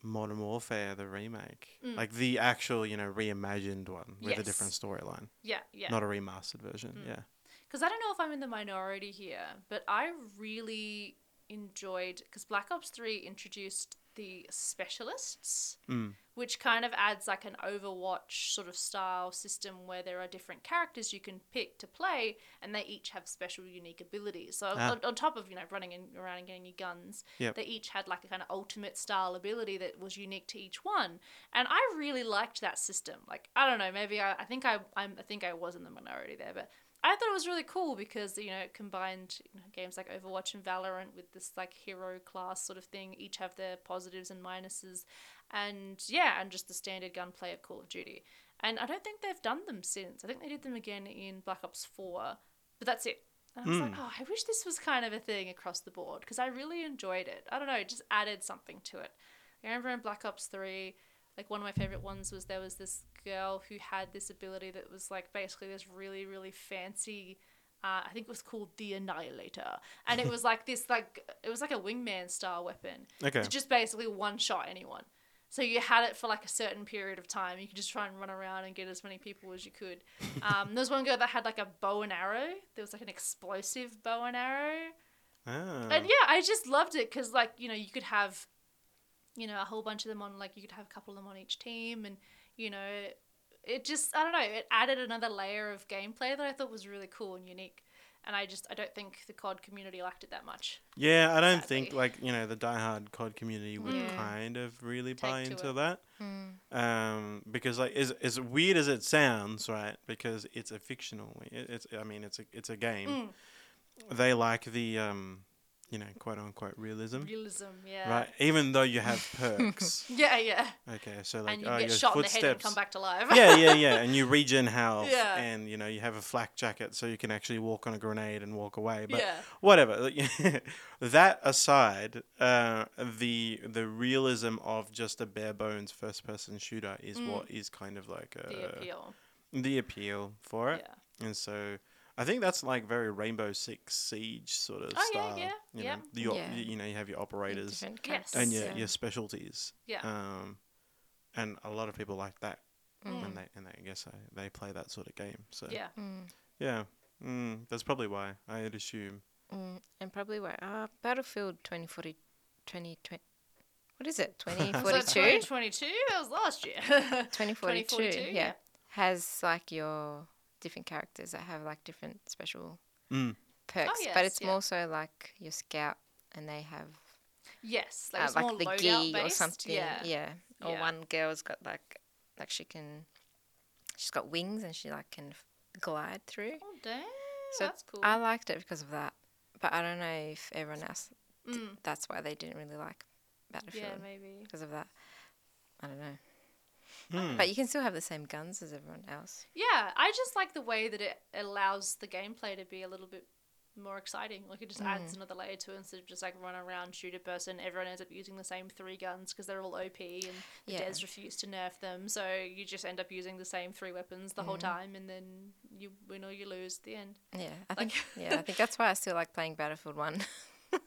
[SPEAKER 3] Modern Warfare, the remake,
[SPEAKER 1] Mm.
[SPEAKER 3] like the actual, you know, reimagined one with a
[SPEAKER 1] Yes.
[SPEAKER 3] different storyline,
[SPEAKER 1] Yeah. Yeah.
[SPEAKER 3] not a remastered version.
[SPEAKER 1] Mm.
[SPEAKER 3] Yeah.
[SPEAKER 1] because I don't know if I'm in the minority here, but I really enjoyed because Black Ops 3 introduced the specialists,
[SPEAKER 3] Mm.
[SPEAKER 1] which kind of adds like an Overwatch sort of style system where there are different characters you can pick to play and they each have special unique abilities. So,
[SPEAKER 3] Ah.
[SPEAKER 1] on, on top of, you know, running in, around and getting your guns,
[SPEAKER 3] Yep.
[SPEAKER 1] they each had like a kind of ultimate style ability that was unique to each one. And I really liked that system. Like, I don't know, maybe I, I think I, I'm, I think I was in the minority there, but I thought it was really cool because you know it combined you know, games like Overwatch and Valorant with this like hero class sort of thing. Each have their positives and minuses, and yeah, and just the standard gunplay of Call of Duty. And I don't think they've done them since. I think they did them again in Black Ops Four, But that's it. And I was like,
[SPEAKER 3] Mm.
[SPEAKER 1] oh, I wish this was kind of a thing across the board because I really enjoyed it. I don't know, it just added something to it. I remember in Black Ops 3, like one of my favorite ones was there was this girl who had this ability that was like basically this really, really fancy. Uh, I think it was called the Annihilator, and it was like this, like it was like a wingman style weapon
[SPEAKER 3] Okay.
[SPEAKER 1] to just basically one shot anyone. So you had it for like a certain period of time. You could just try and run around and get as many people as you could. Um, there was one girl that had like a bow and arrow. There was like an explosive bow and arrow.
[SPEAKER 3] Ah.
[SPEAKER 1] And yeah, I just loved it because like you know you could have, you know, a whole bunch of them on like you could have a couple of them on each team, and you know, it just I don't know it added another layer of gameplay that I thought was really cool and unique. And I just I don't think the COD community liked it that much.
[SPEAKER 3] Yeah, I don't think
[SPEAKER 1] Sadly.
[SPEAKER 3] like you know the diehard COD community would
[SPEAKER 2] Yeah.
[SPEAKER 3] kind of really
[SPEAKER 1] Take
[SPEAKER 3] buy
[SPEAKER 1] to
[SPEAKER 3] into
[SPEAKER 1] it. Hmm.
[SPEAKER 3] that,
[SPEAKER 2] Mm.
[SPEAKER 3] um, because like as as weird as it sounds, right? Because it's a fictional, it, it's I mean it's a it's a game.
[SPEAKER 1] Mm.
[SPEAKER 3] They like the um, you know quote unquote realism,
[SPEAKER 1] Realism, yeah.
[SPEAKER 3] Hmm. right? Even though you have perks,
[SPEAKER 1] Yeah, yeah.
[SPEAKER 3] okay, so like
[SPEAKER 1] and you
[SPEAKER 3] oh,
[SPEAKER 1] get
[SPEAKER 3] your
[SPEAKER 1] shot
[SPEAKER 3] footsteps,
[SPEAKER 1] in the head and come back to life.
[SPEAKER 3] yeah, yeah, yeah, and you regen health,
[SPEAKER 1] Yeah.
[SPEAKER 3] and you know you have a flak jacket so you can actually walk on a grenade and walk away, but.
[SPEAKER 1] yeah.
[SPEAKER 3] whatever. like, that aside, uh, the the realism of just a bare bones first person shooter is
[SPEAKER 1] Mm.
[SPEAKER 3] what is kind of like uh,
[SPEAKER 1] the appeal.
[SPEAKER 3] the appeal for
[SPEAKER 1] Yeah.
[SPEAKER 3] it. And so I think that's like very Rainbow Six Siege sort of
[SPEAKER 1] Oh, yeah,
[SPEAKER 3] style.
[SPEAKER 1] yeah,
[SPEAKER 3] you
[SPEAKER 1] yeah.
[SPEAKER 3] Know, the op-
[SPEAKER 2] Yeah.
[SPEAKER 3] you, you know you have your operators
[SPEAKER 2] Different
[SPEAKER 1] Yes.
[SPEAKER 3] and your
[SPEAKER 2] characters,
[SPEAKER 3] your specialties.
[SPEAKER 1] Yeah.
[SPEAKER 3] Um, and a lot of people like that,
[SPEAKER 2] Mm.
[SPEAKER 3] and they and they, I guess uh, they, they play that sort of game. So
[SPEAKER 1] Yeah.
[SPEAKER 2] Mm.
[SPEAKER 3] yeah. Mm, that's probably why I'd assume.
[SPEAKER 2] Mm. And probably where? Uh, Battlefield 2040, 2020. What is it? 2042?
[SPEAKER 1] 2022? That was last year.
[SPEAKER 2] 2042,
[SPEAKER 1] 2042,
[SPEAKER 2] yeah.
[SPEAKER 1] yeah.
[SPEAKER 2] Has like your different characters that have like different special
[SPEAKER 3] Mm.
[SPEAKER 2] perks,
[SPEAKER 1] Oh, yes,
[SPEAKER 2] but it's
[SPEAKER 1] yeah.
[SPEAKER 2] more so like your scout and they have
[SPEAKER 1] yes. Like,
[SPEAKER 2] uh,
[SPEAKER 1] it's more
[SPEAKER 2] like the gi
[SPEAKER 1] loadout based.
[SPEAKER 2] or something.
[SPEAKER 1] Yeah.
[SPEAKER 2] Or
[SPEAKER 1] Yeah.
[SPEAKER 2] one girl's got like, like she can, she's got wings and she like can f- glide through.
[SPEAKER 1] Oh, damn.
[SPEAKER 2] So
[SPEAKER 1] that's cool.
[SPEAKER 2] I liked it because of that, but I don't know if everyone else, d-
[SPEAKER 1] Mm.
[SPEAKER 2] that's why they didn't really like
[SPEAKER 1] Yeah,
[SPEAKER 2] Battlefield
[SPEAKER 1] maybe.
[SPEAKER 2] because of that. I don't know.
[SPEAKER 3] Mm.
[SPEAKER 2] But you can still have the same guns as everyone else.
[SPEAKER 1] Yeah, I just like the way that it allows the gameplay to be a little bit more exciting. Like, it just
[SPEAKER 2] Mm.
[SPEAKER 1] adds another layer to it instead of just like run around, shoot a person. Everyone ends up using the same three guns because they're all OP and the
[SPEAKER 2] Yeah.
[SPEAKER 1] devs refuse to nerf them. So you just end up using the same three weapons the whole
[SPEAKER 2] Mm.
[SPEAKER 1] time and then you win or you lose at the end.
[SPEAKER 2] Yeah, I
[SPEAKER 1] Like-
[SPEAKER 2] think yeah, I think that's why I still like playing Battlefield One
[SPEAKER 1] Yeah.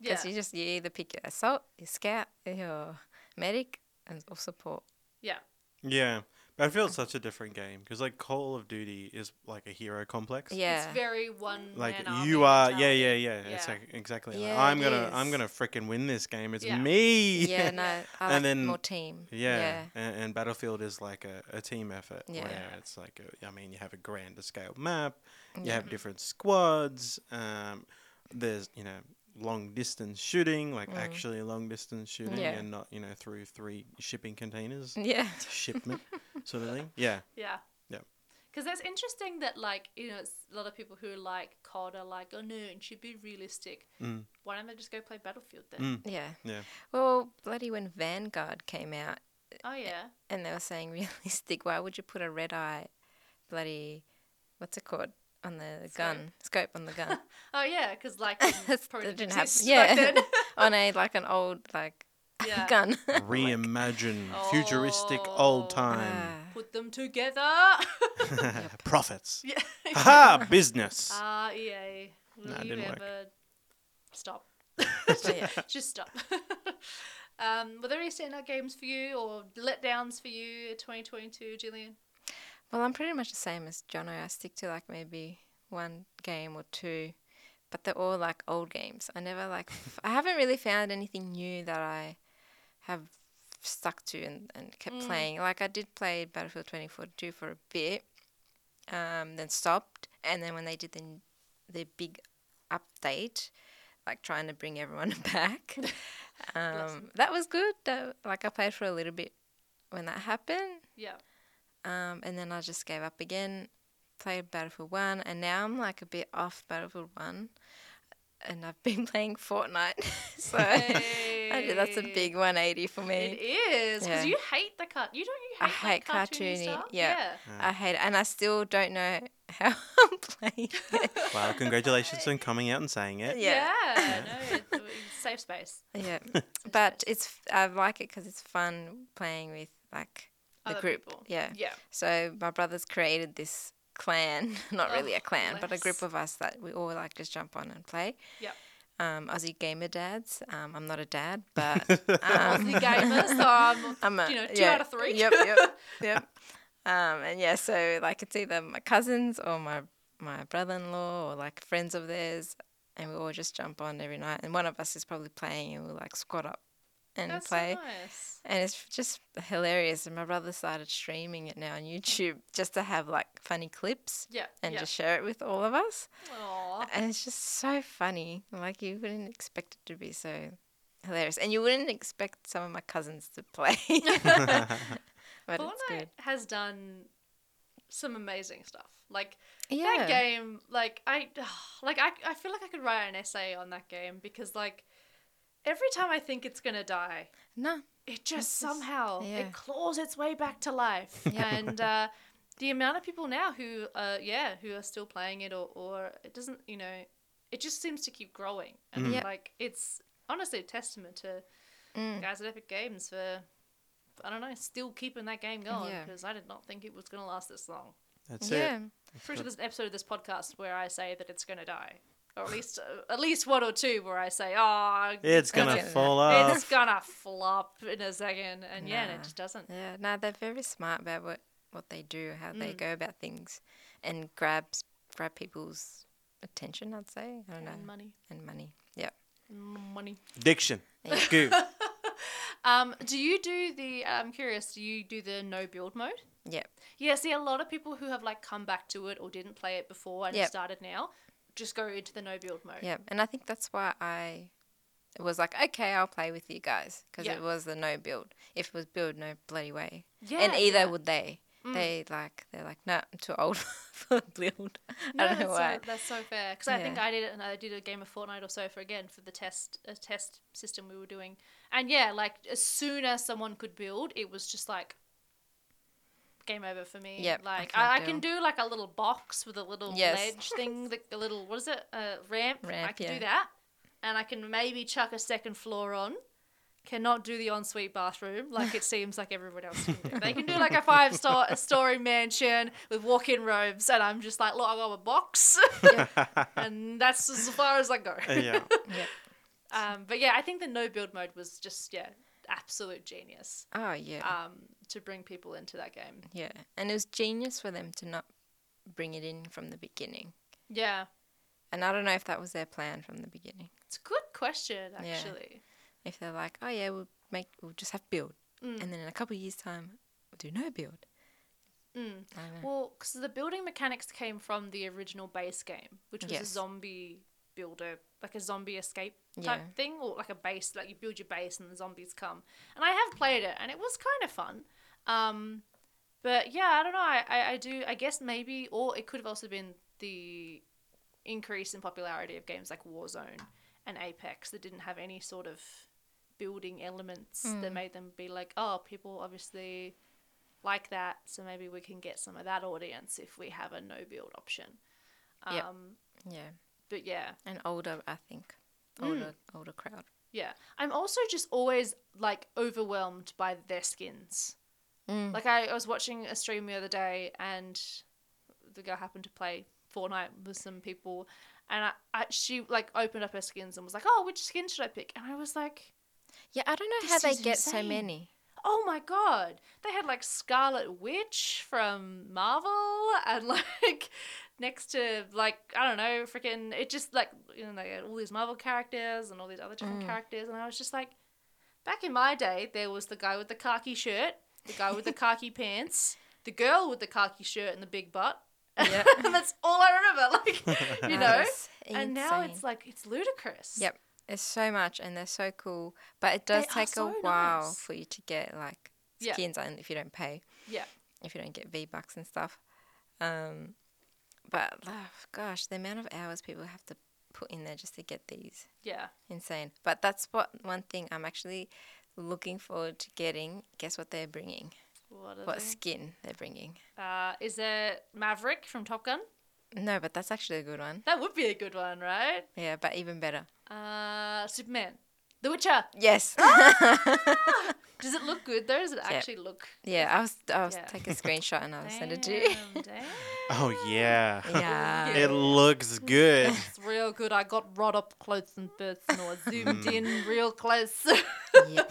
[SPEAKER 2] because you just you either pick your assault, your scout, your medic, and or support.
[SPEAKER 1] Yeah.
[SPEAKER 3] Yeah, but I feel it's such a different game because like Call of Duty is like a hero complex.
[SPEAKER 2] Yeah,
[SPEAKER 1] It's very one
[SPEAKER 3] Like
[SPEAKER 1] man
[SPEAKER 3] you are,
[SPEAKER 1] army
[SPEAKER 3] yeah, yeah,
[SPEAKER 1] mentality.
[SPEAKER 3] yeah,
[SPEAKER 1] Yeah.
[SPEAKER 3] exac- exactly. like,
[SPEAKER 2] Yeah,
[SPEAKER 3] I'm
[SPEAKER 2] it
[SPEAKER 3] gonna, I'm
[SPEAKER 2] is.
[SPEAKER 3] gonna fricking win this game. It's
[SPEAKER 1] Yeah.
[SPEAKER 3] me.
[SPEAKER 2] yeah, no, I like
[SPEAKER 3] And then-
[SPEAKER 2] more team.
[SPEAKER 3] yeah.
[SPEAKER 2] yeah,
[SPEAKER 3] And, and Battlefield is like a, a team effort.
[SPEAKER 2] Yeah.
[SPEAKER 3] where it's like, a, I mean, you have a grander scale map. You
[SPEAKER 2] Yeah.
[SPEAKER 3] have different squads. Um, there's you know long distance shooting, like actually long distance shooting,
[SPEAKER 2] Mm. Yeah.
[SPEAKER 3] and not you know through three shipping containers,
[SPEAKER 2] yeah.
[SPEAKER 3] shipment sort of thing. Yeah.
[SPEAKER 1] Yeah.
[SPEAKER 3] Yep.
[SPEAKER 1] Because that's interesting that, like, you know, it's a lot of people who like COD are like, oh no, it should be realistic.
[SPEAKER 3] Mm.
[SPEAKER 1] Why don't they just go play Battlefield then?
[SPEAKER 3] Mm.
[SPEAKER 2] Yeah.
[SPEAKER 3] Yeah.
[SPEAKER 2] Well, bloody when Vanguard came out
[SPEAKER 1] Oh yeah.
[SPEAKER 2] and they were saying realistic, why would you put a red eye, bloody, what's it called on the gun scope on the gun
[SPEAKER 1] Oh yeah, because like it probably
[SPEAKER 2] That
[SPEAKER 1] didn't
[SPEAKER 2] didn't happen.
[SPEAKER 1] exist
[SPEAKER 2] Yeah.
[SPEAKER 1] back then.
[SPEAKER 2] on a Oh, like an old like
[SPEAKER 1] Yeah.
[SPEAKER 2] gun?
[SPEAKER 3] Reimagine futuristic old time
[SPEAKER 2] Ah.
[SPEAKER 1] Put them together.
[SPEAKER 2] Oh.
[SPEAKER 3] profits.
[SPEAKER 1] yeah.
[SPEAKER 3] Haha, business.
[SPEAKER 2] Uh,
[SPEAKER 1] Ah EA. Will
[SPEAKER 3] Nah, it
[SPEAKER 1] you
[SPEAKER 3] didn't
[SPEAKER 1] ever
[SPEAKER 3] work.
[SPEAKER 1] stop?
[SPEAKER 2] Yeah.
[SPEAKER 1] Just stop. um, were there any standout games for you or letdowns for you in 2022, Gillian?
[SPEAKER 2] Well, I'm pretty much the same as Jono. I stick to like maybe one game or two, but they're all like old games. I never like, f- I haven't really found anything new that I have stuck to and, and kept
[SPEAKER 1] Mm.
[SPEAKER 2] playing. Like, I did play Battlefield 2042 for a bit, um, then stopped. And then when they did the, n- the big update, like trying to bring everyone back, um, that was good. That, like, I played for a little bit when that happened.
[SPEAKER 1] Yeah.
[SPEAKER 2] Um, and then I just gave up again, played Battlefield 1, and now I'm like a bit off Battlefield 1. And I've been playing Fortnite. so I did- that's a
[SPEAKER 1] Hey.
[SPEAKER 2] big 180 for
[SPEAKER 1] It
[SPEAKER 2] me.
[SPEAKER 1] is because
[SPEAKER 2] Yeah.
[SPEAKER 1] you hate the cut. You don't. You hate
[SPEAKER 2] I
[SPEAKER 1] like,
[SPEAKER 2] hate
[SPEAKER 1] cartoony,
[SPEAKER 2] cartoony,
[SPEAKER 1] stuff.
[SPEAKER 2] yeah.
[SPEAKER 3] Yeah.
[SPEAKER 2] I hate it. And I still don't know how I'm playing it.
[SPEAKER 3] Wow, congratulations on coming out and saying
[SPEAKER 1] Yeah.
[SPEAKER 3] it.
[SPEAKER 2] Yeah.
[SPEAKER 1] no, it's, it's safe space.
[SPEAKER 2] Yeah. But it's, I like it because it's fun playing with like the
[SPEAKER 1] Other
[SPEAKER 2] group.
[SPEAKER 1] people.
[SPEAKER 2] Yeah.
[SPEAKER 1] Yeah.
[SPEAKER 2] So my brother's created this clan, not
[SPEAKER 1] Oh,
[SPEAKER 2] really a clan, but a
[SPEAKER 1] bless.
[SPEAKER 2] group of us that we all like just jump on and play.
[SPEAKER 1] Yep.
[SPEAKER 2] Um, Aussie gamer dads. Um, I'm not a dad, but um,
[SPEAKER 1] Aussie gamers, so I'm,
[SPEAKER 2] I'm a,
[SPEAKER 1] you know, two out of three.
[SPEAKER 2] Yep, yep, yep. Um, and yeah, so like it's either my cousins or my my brother-in-law or like friends of theirs, and we all just jump on every night. And one of us is probably playing, and we'll like squat up and
[SPEAKER 1] That's
[SPEAKER 2] play.
[SPEAKER 1] nice.
[SPEAKER 2] And it's just hilarious. And my brother started streaming it now on YouTube just to have like funny clips
[SPEAKER 1] Yeah.
[SPEAKER 2] and
[SPEAKER 1] yeah. Oh.
[SPEAKER 2] just share it with all of us.
[SPEAKER 1] Aw.
[SPEAKER 2] And it's just so funny. Like you wouldn't expect it to be so hilarious. And you wouldn't expect some of my cousins to play. but it's
[SPEAKER 1] Fortnite
[SPEAKER 2] good.
[SPEAKER 1] has done some amazing stuff. Like
[SPEAKER 2] Yeah.
[SPEAKER 1] that game, like I, like I, I feel like I could write an essay on that game because like every time I think it's gonna die,
[SPEAKER 2] No.
[SPEAKER 1] it just
[SPEAKER 2] just-
[SPEAKER 1] somehow
[SPEAKER 2] yeah.
[SPEAKER 1] it claws its way back to life
[SPEAKER 2] Yeah.
[SPEAKER 1] and uh, the amount of people now who uh, yeah who are still playing it or, or it doesn't you know it just seems to keep growing and
[SPEAKER 2] Mhm. Yeah.
[SPEAKER 1] like it's honestly a testament to
[SPEAKER 2] Mm.
[SPEAKER 1] guys at epic games for i don't know still keeping that game going
[SPEAKER 2] Yeah.
[SPEAKER 1] because i did not think it was going to last this long
[SPEAKER 3] That's
[SPEAKER 2] yeah.
[SPEAKER 3] it.
[SPEAKER 1] pretty sure there's an episode of this podcast where i say that it's going to die or at least uh, at least one or two where i say oh
[SPEAKER 2] That's
[SPEAKER 3] It's gonna
[SPEAKER 2] it.
[SPEAKER 3] fall
[SPEAKER 1] it's
[SPEAKER 3] off.
[SPEAKER 1] gonna flop in a second and yeah and it
[SPEAKER 2] Nah.
[SPEAKER 1] just doesn't
[SPEAKER 2] Yeah. No, they're very smart about what, what they do, how they
[SPEAKER 1] Mm.
[SPEAKER 2] go about things and grabs grab people's attention, I'd say. I don't know.
[SPEAKER 1] and money
[SPEAKER 2] and money. Yeah.
[SPEAKER 1] money
[SPEAKER 3] Diction. Uh,
[SPEAKER 2] Yeah.
[SPEAKER 3] Goo.
[SPEAKER 1] um do you do the i'm curious do you do the no build mode
[SPEAKER 2] Yeah.
[SPEAKER 1] yeah see a lot of people who have like come back to it or didn't play it before and have
[SPEAKER 2] Yep.
[SPEAKER 1] started now just go into the no build mode
[SPEAKER 2] Yeah, and I think that's why I was like, okay, I'll play with you guys because
[SPEAKER 1] Yeah.
[SPEAKER 2] it was the no build. If it was build, no bloody way.
[SPEAKER 1] yeah
[SPEAKER 2] and either
[SPEAKER 1] yeah.
[SPEAKER 2] would they.
[SPEAKER 1] Mm.
[SPEAKER 2] They like they're like, no, I'm too old for build.
[SPEAKER 1] no,
[SPEAKER 2] I don't know
[SPEAKER 1] that's
[SPEAKER 2] why.
[SPEAKER 1] so, that's so fair because I think
[SPEAKER 2] Yeah.
[SPEAKER 1] I did it and I did a game of Fortnite or so for again for the test a test system we were doing and yeah like as soon as someone could build it was just like game over for me
[SPEAKER 2] Yep, I
[SPEAKER 1] like
[SPEAKER 2] can't
[SPEAKER 1] I, I can do like a little box with a little
[SPEAKER 2] Yes.
[SPEAKER 1] ledge thing like a little what is it a ramp, I
[SPEAKER 2] Ramp,
[SPEAKER 1] can do
[SPEAKER 2] yeah.
[SPEAKER 1] that and I can maybe chuck a second floor on cannot do the ensuite bathroom like it seems like everyone else can do. They can do like a five star a story mansion with walk in robes, and I'm just like, look, I got a box, and that's as far as I go.
[SPEAKER 3] yeah.
[SPEAKER 2] yeah.
[SPEAKER 1] Um, but yeah, I think the no build mode was just yeah, absolute genius
[SPEAKER 2] Oh yeah,
[SPEAKER 1] um, to bring people into that game.
[SPEAKER 2] yeah. And it was genius for them to not bring it in from the beginning.
[SPEAKER 1] Yeah,
[SPEAKER 2] And I don't know if that was their plan from the beginning.
[SPEAKER 1] it's a good question
[SPEAKER 2] Yeah.
[SPEAKER 1] actually.
[SPEAKER 2] If they're like, oh yeah, we'll make, we'll just have build,
[SPEAKER 1] Mm.
[SPEAKER 2] and then in a couple of years' time, we'll do no build.
[SPEAKER 1] Mm.
[SPEAKER 2] I don't know.
[SPEAKER 1] Well, because the building mechanics came from the original base game, which was a
[SPEAKER 2] Yes.
[SPEAKER 1] zombie builder, like a zombie escape type
[SPEAKER 2] Yeah.
[SPEAKER 1] thing, or like a base, like you build your base and the zombies come. And I have played it, and it was kind of fun. Um, but yeah, I don't know. I, I, I do. I guess maybe, or it could have also been the increase in popularity of games like Warzone and Apex that didn't have any sort of building elements that
[SPEAKER 2] Mm.
[SPEAKER 1] made them be like, oh, people obviously like that, so maybe we can get some of that audience if we have a no build option. Um,
[SPEAKER 2] Yep. yeah,
[SPEAKER 1] But yeah,
[SPEAKER 2] and older, I think,
[SPEAKER 1] Mm.
[SPEAKER 2] older, older crowd.
[SPEAKER 1] yeah. I'm also just always like overwhelmed by their skins.
[SPEAKER 2] Mm.
[SPEAKER 1] Like I, I was watching a stream the other day, and the girl happened to play Fortnite with some people, and I, I she like opened up her skins and was like, "Oh, which skin should I pick?" And I was like,
[SPEAKER 2] Yeah, I don't know
[SPEAKER 1] This
[SPEAKER 2] how
[SPEAKER 1] is
[SPEAKER 2] they get so
[SPEAKER 1] insane.
[SPEAKER 2] many.
[SPEAKER 1] "Oh my god!" They had like Scarlet Witch from Marvel, and like next to like I don't know, freaking it just like you know like, all these Marvel characters and all these other different
[SPEAKER 2] Mm.
[SPEAKER 1] characters, and I was just like, back in my day, there was the guy with the khaki shirt, the guy with the khaki pants, the girl with the khaki shirt and the big butt.
[SPEAKER 2] Yeah.
[SPEAKER 1] and that's all I remember. Like, you know?
[SPEAKER 2] That's
[SPEAKER 1] And now
[SPEAKER 2] insane.
[SPEAKER 1] it's like, it's ludicrous.
[SPEAKER 2] Yep. it's so much and they're so cool, but it does
[SPEAKER 1] They are
[SPEAKER 2] take
[SPEAKER 1] so
[SPEAKER 2] a while
[SPEAKER 1] nice.
[SPEAKER 2] for you to get like
[SPEAKER 1] Yeah.
[SPEAKER 2] skins and if you don't pay,
[SPEAKER 1] Yeah.
[SPEAKER 2] if you don't get V bucks and stuff. Um, but oh, gosh, the amount of hours people have to put in there just to get these
[SPEAKER 1] Yeah.
[SPEAKER 2] insane. But that's what one thing I'm actually looking forward to getting. Guess what they're bringing?
[SPEAKER 1] What, are
[SPEAKER 2] What
[SPEAKER 1] they?
[SPEAKER 2] skin they're bringing?
[SPEAKER 1] Uh, is there Maverick from Top Gun?
[SPEAKER 2] No, but that's actually a good one.
[SPEAKER 1] That would be a good one, right?
[SPEAKER 2] Yeah, but even better.
[SPEAKER 1] Uh, Superman, The Witcher.
[SPEAKER 2] Yes.
[SPEAKER 1] Ah! Does it look good though? Does it actually look?
[SPEAKER 2] yeah, I was I was
[SPEAKER 1] Yeah.
[SPEAKER 2] take a screenshot and I'll send it to you.
[SPEAKER 1] Damn, damn.
[SPEAKER 3] Oh yeah.
[SPEAKER 2] Yeah.
[SPEAKER 3] It looks good.
[SPEAKER 1] It's real good. I got right up close and personal.
[SPEAKER 3] Hmm.
[SPEAKER 1] I zoomed in real close.
[SPEAKER 2] yeah.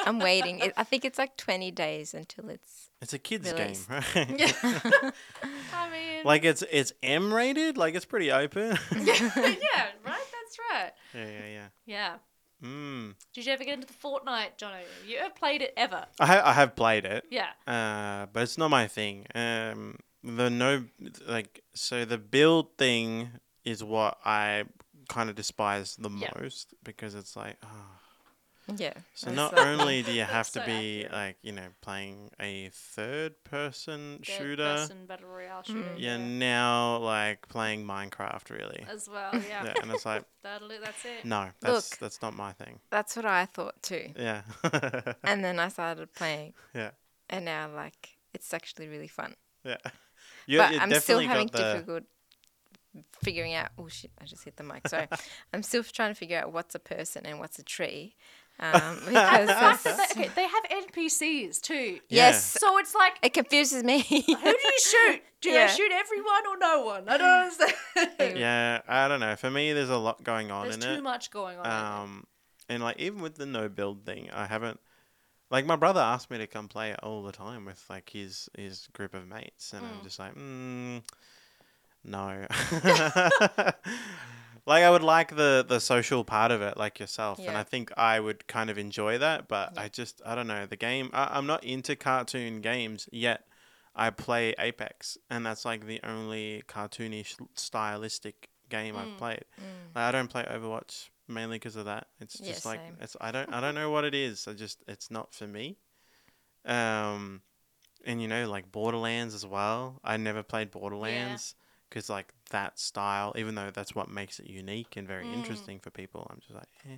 [SPEAKER 2] I'm waiting. It, I think it's like 20 days until it's
[SPEAKER 3] It's a kids
[SPEAKER 2] Release.
[SPEAKER 3] game, right?
[SPEAKER 1] I mean,
[SPEAKER 3] like it's it's M rated, like it's pretty open. yeah,
[SPEAKER 1] yeah, right. That's right.
[SPEAKER 3] yeah, yeah.
[SPEAKER 1] Yeah.
[SPEAKER 3] Mm.
[SPEAKER 1] Did you ever get into the Fortnite, Jono? You ever played it ever?
[SPEAKER 3] I ha- I have played it.
[SPEAKER 1] Yeah.
[SPEAKER 3] Uh, but it's not my thing. Um, the no, like, so the build thing is what I kind of despise the
[SPEAKER 1] Yeah.
[SPEAKER 3] most because it's like, oh.
[SPEAKER 2] yeah.
[SPEAKER 3] so
[SPEAKER 2] it's
[SPEAKER 3] not
[SPEAKER 2] like-
[SPEAKER 3] only do you have
[SPEAKER 1] That's
[SPEAKER 3] to
[SPEAKER 1] so
[SPEAKER 3] be
[SPEAKER 1] accurate.
[SPEAKER 3] like, you know, playing a third person
[SPEAKER 1] Third
[SPEAKER 3] shooter,
[SPEAKER 1] person battle royale
[SPEAKER 2] Hmm.
[SPEAKER 1] shooter.
[SPEAKER 3] you're now like playing Minecraft, really.
[SPEAKER 1] As well. Yeah.
[SPEAKER 3] Yeah, and it's like,
[SPEAKER 1] That'll. That's it.
[SPEAKER 3] no, that's
[SPEAKER 2] Look.
[SPEAKER 3] that's not my thing.
[SPEAKER 2] that's what I thought too.
[SPEAKER 3] Yeah,
[SPEAKER 2] And then I started playing.
[SPEAKER 3] Yeah.
[SPEAKER 2] And now like it's actually really fun.
[SPEAKER 3] yeah. You,
[SPEAKER 2] but
[SPEAKER 3] you
[SPEAKER 2] I'm still
[SPEAKER 3] definitely
[SPEAKER 2] having
[SPEAKER 3] got the-
[SPEAKER 2] difficult figuring out. Oh shit! I just hit the mic. Sorry. I'm still trying to figure out what's a person and what's a tree, um, because
[SPEAKER 1] But
[SPEAKER 2] that's-
[SPEAKER 1] they, okay, they have NPCs too.
[SPEAKER 3] Yeah.
[SPEAKER 2] yes,
[SPEAKER 1] So it's like,
[SPEAKER 2] it confuses me.
[SPEAKER 1] who do you shoot? Do
[SPEAKER 2] Yeah.
[SPEAKER 1] you shoot everyone or no one? I don't understand.
[SPEAKER 3] Yeah, I don't know. For me, there's a lot going on
[SPEAKER 1] There's
[SPEAKER 3] in
[SPEAKER 1] too
[SPEAKER 3] it.
[SPEAKER 1] much going on. in it.
[SPEAKER 3] Um, and like even with the no build thing, I haven't. Like my brother asked me to come play it all the time with like his his group of mates, and I'm just like, mm, no. like I would like the the social part of it, like yourself, and
[SPEAKER 2] Yeah.
[SPEAKER 3] I think I would kind of enjoy that. But I just I don't know the game. I, I'm not into cartoon games yet. I play Apex, and that's like the only cartoonish stylistic game I've played. Like, I don't play Overwatch mainly because of that. It's
[SPEAKER 2] Yeah,
[SPEAKER 3] just like
[SPEAKER 2] same.
[SPEAKER 3] it's I don't I don't know what it is. I just it's not for me. Um, and you know like Borderlands as well. I never played Borderlands because like that style, even though that's what makes it unique and very interesting for people. I'm just like, eh,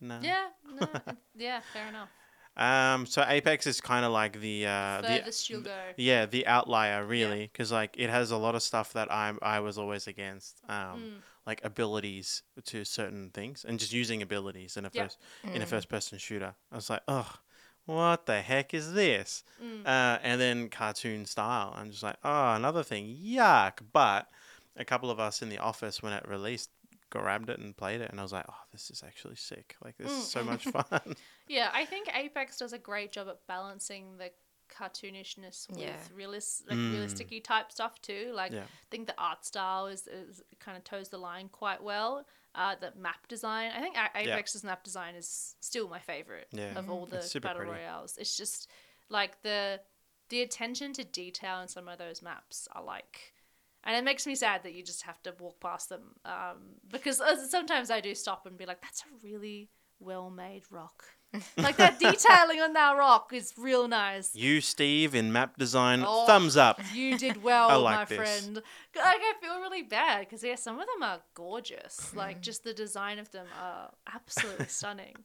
[SPEAKER 3] no.
[SPEAKER 1] Yeah, no, it- yeah, fair enough.
[SPEAKER 3] Um, so Apex is kind of like the uh, the
[SPEAKER 1] Furthest you'll go.
[SPEAKER 3] yeah, the e- outlier really, because like it has a lot of stuff that I I was always against, um,
[SPEAKER 1] Mm.
[SPEAKER 3] like abilities to certain things, and just using abilities in a
[SPEAKER 1] Yeah. Mm.
[SPEAKER 3] first in
[SPEAKER 2] Mm.
[SPEAKER 3] a first person shooter. I was like, oh, what the heck is this?
[SPEAKER 1] mm.
[SPEAKER 3] Uh, and then cartoon style. I'm just like, oh, another thing, yuck. But a couple of us in the office when it released grabbed it and played it, and I was like, oh, this is actually sick. Like this
[SPEAKER 1] Mm.
[SPEAKER 3] is so much fun.
[SPEAKER 1] Yeah, I think Apex does a great job at balancing the cartoonishness with
[SPEAKER 2] Yeah.
[SPEAKER 1] realis- like
[SPEAKER 3] Mm.
[SPEAKER 1] realistic type stuff too. Like
[SPEAKER 3] Yeah.
[SPEAKER 1] I think the art style is, is kind of toes the line quite well. Uh, the map design, I think A- Apex's map design is still my favorite
[SPEAKER 3] Yeah,
[SPEAKER 1] of all the
[SPEAKER 3] it's super
[SPEAKER 1] battle
[SPEAKER 3] pretty.
[SPEAKER 1] royales. It's just like the the attention to detail in some of those maps are like and it makes me sad that you just have to walk past them um, because uh, sometimes i do stop and be like that's a really well made rock like that detailing on that rock is real nice
[SPEAKER 3] you, Steve, in map design,
[SPEAKER 1] Oh.
[SPEAKER 3] thumbs up.
[SPEAKER 1] you did well
[SPEAKER 3] I like
[SPEAKER 1] my
[SPEAKER 3] this.
[SPEAKER 1] friend like i feel really bad because yeah some of them are gorgeous
[SPEAKER 3] Mm-hmm.
[SPEAKER 1] like just the design of them are absolutely stunning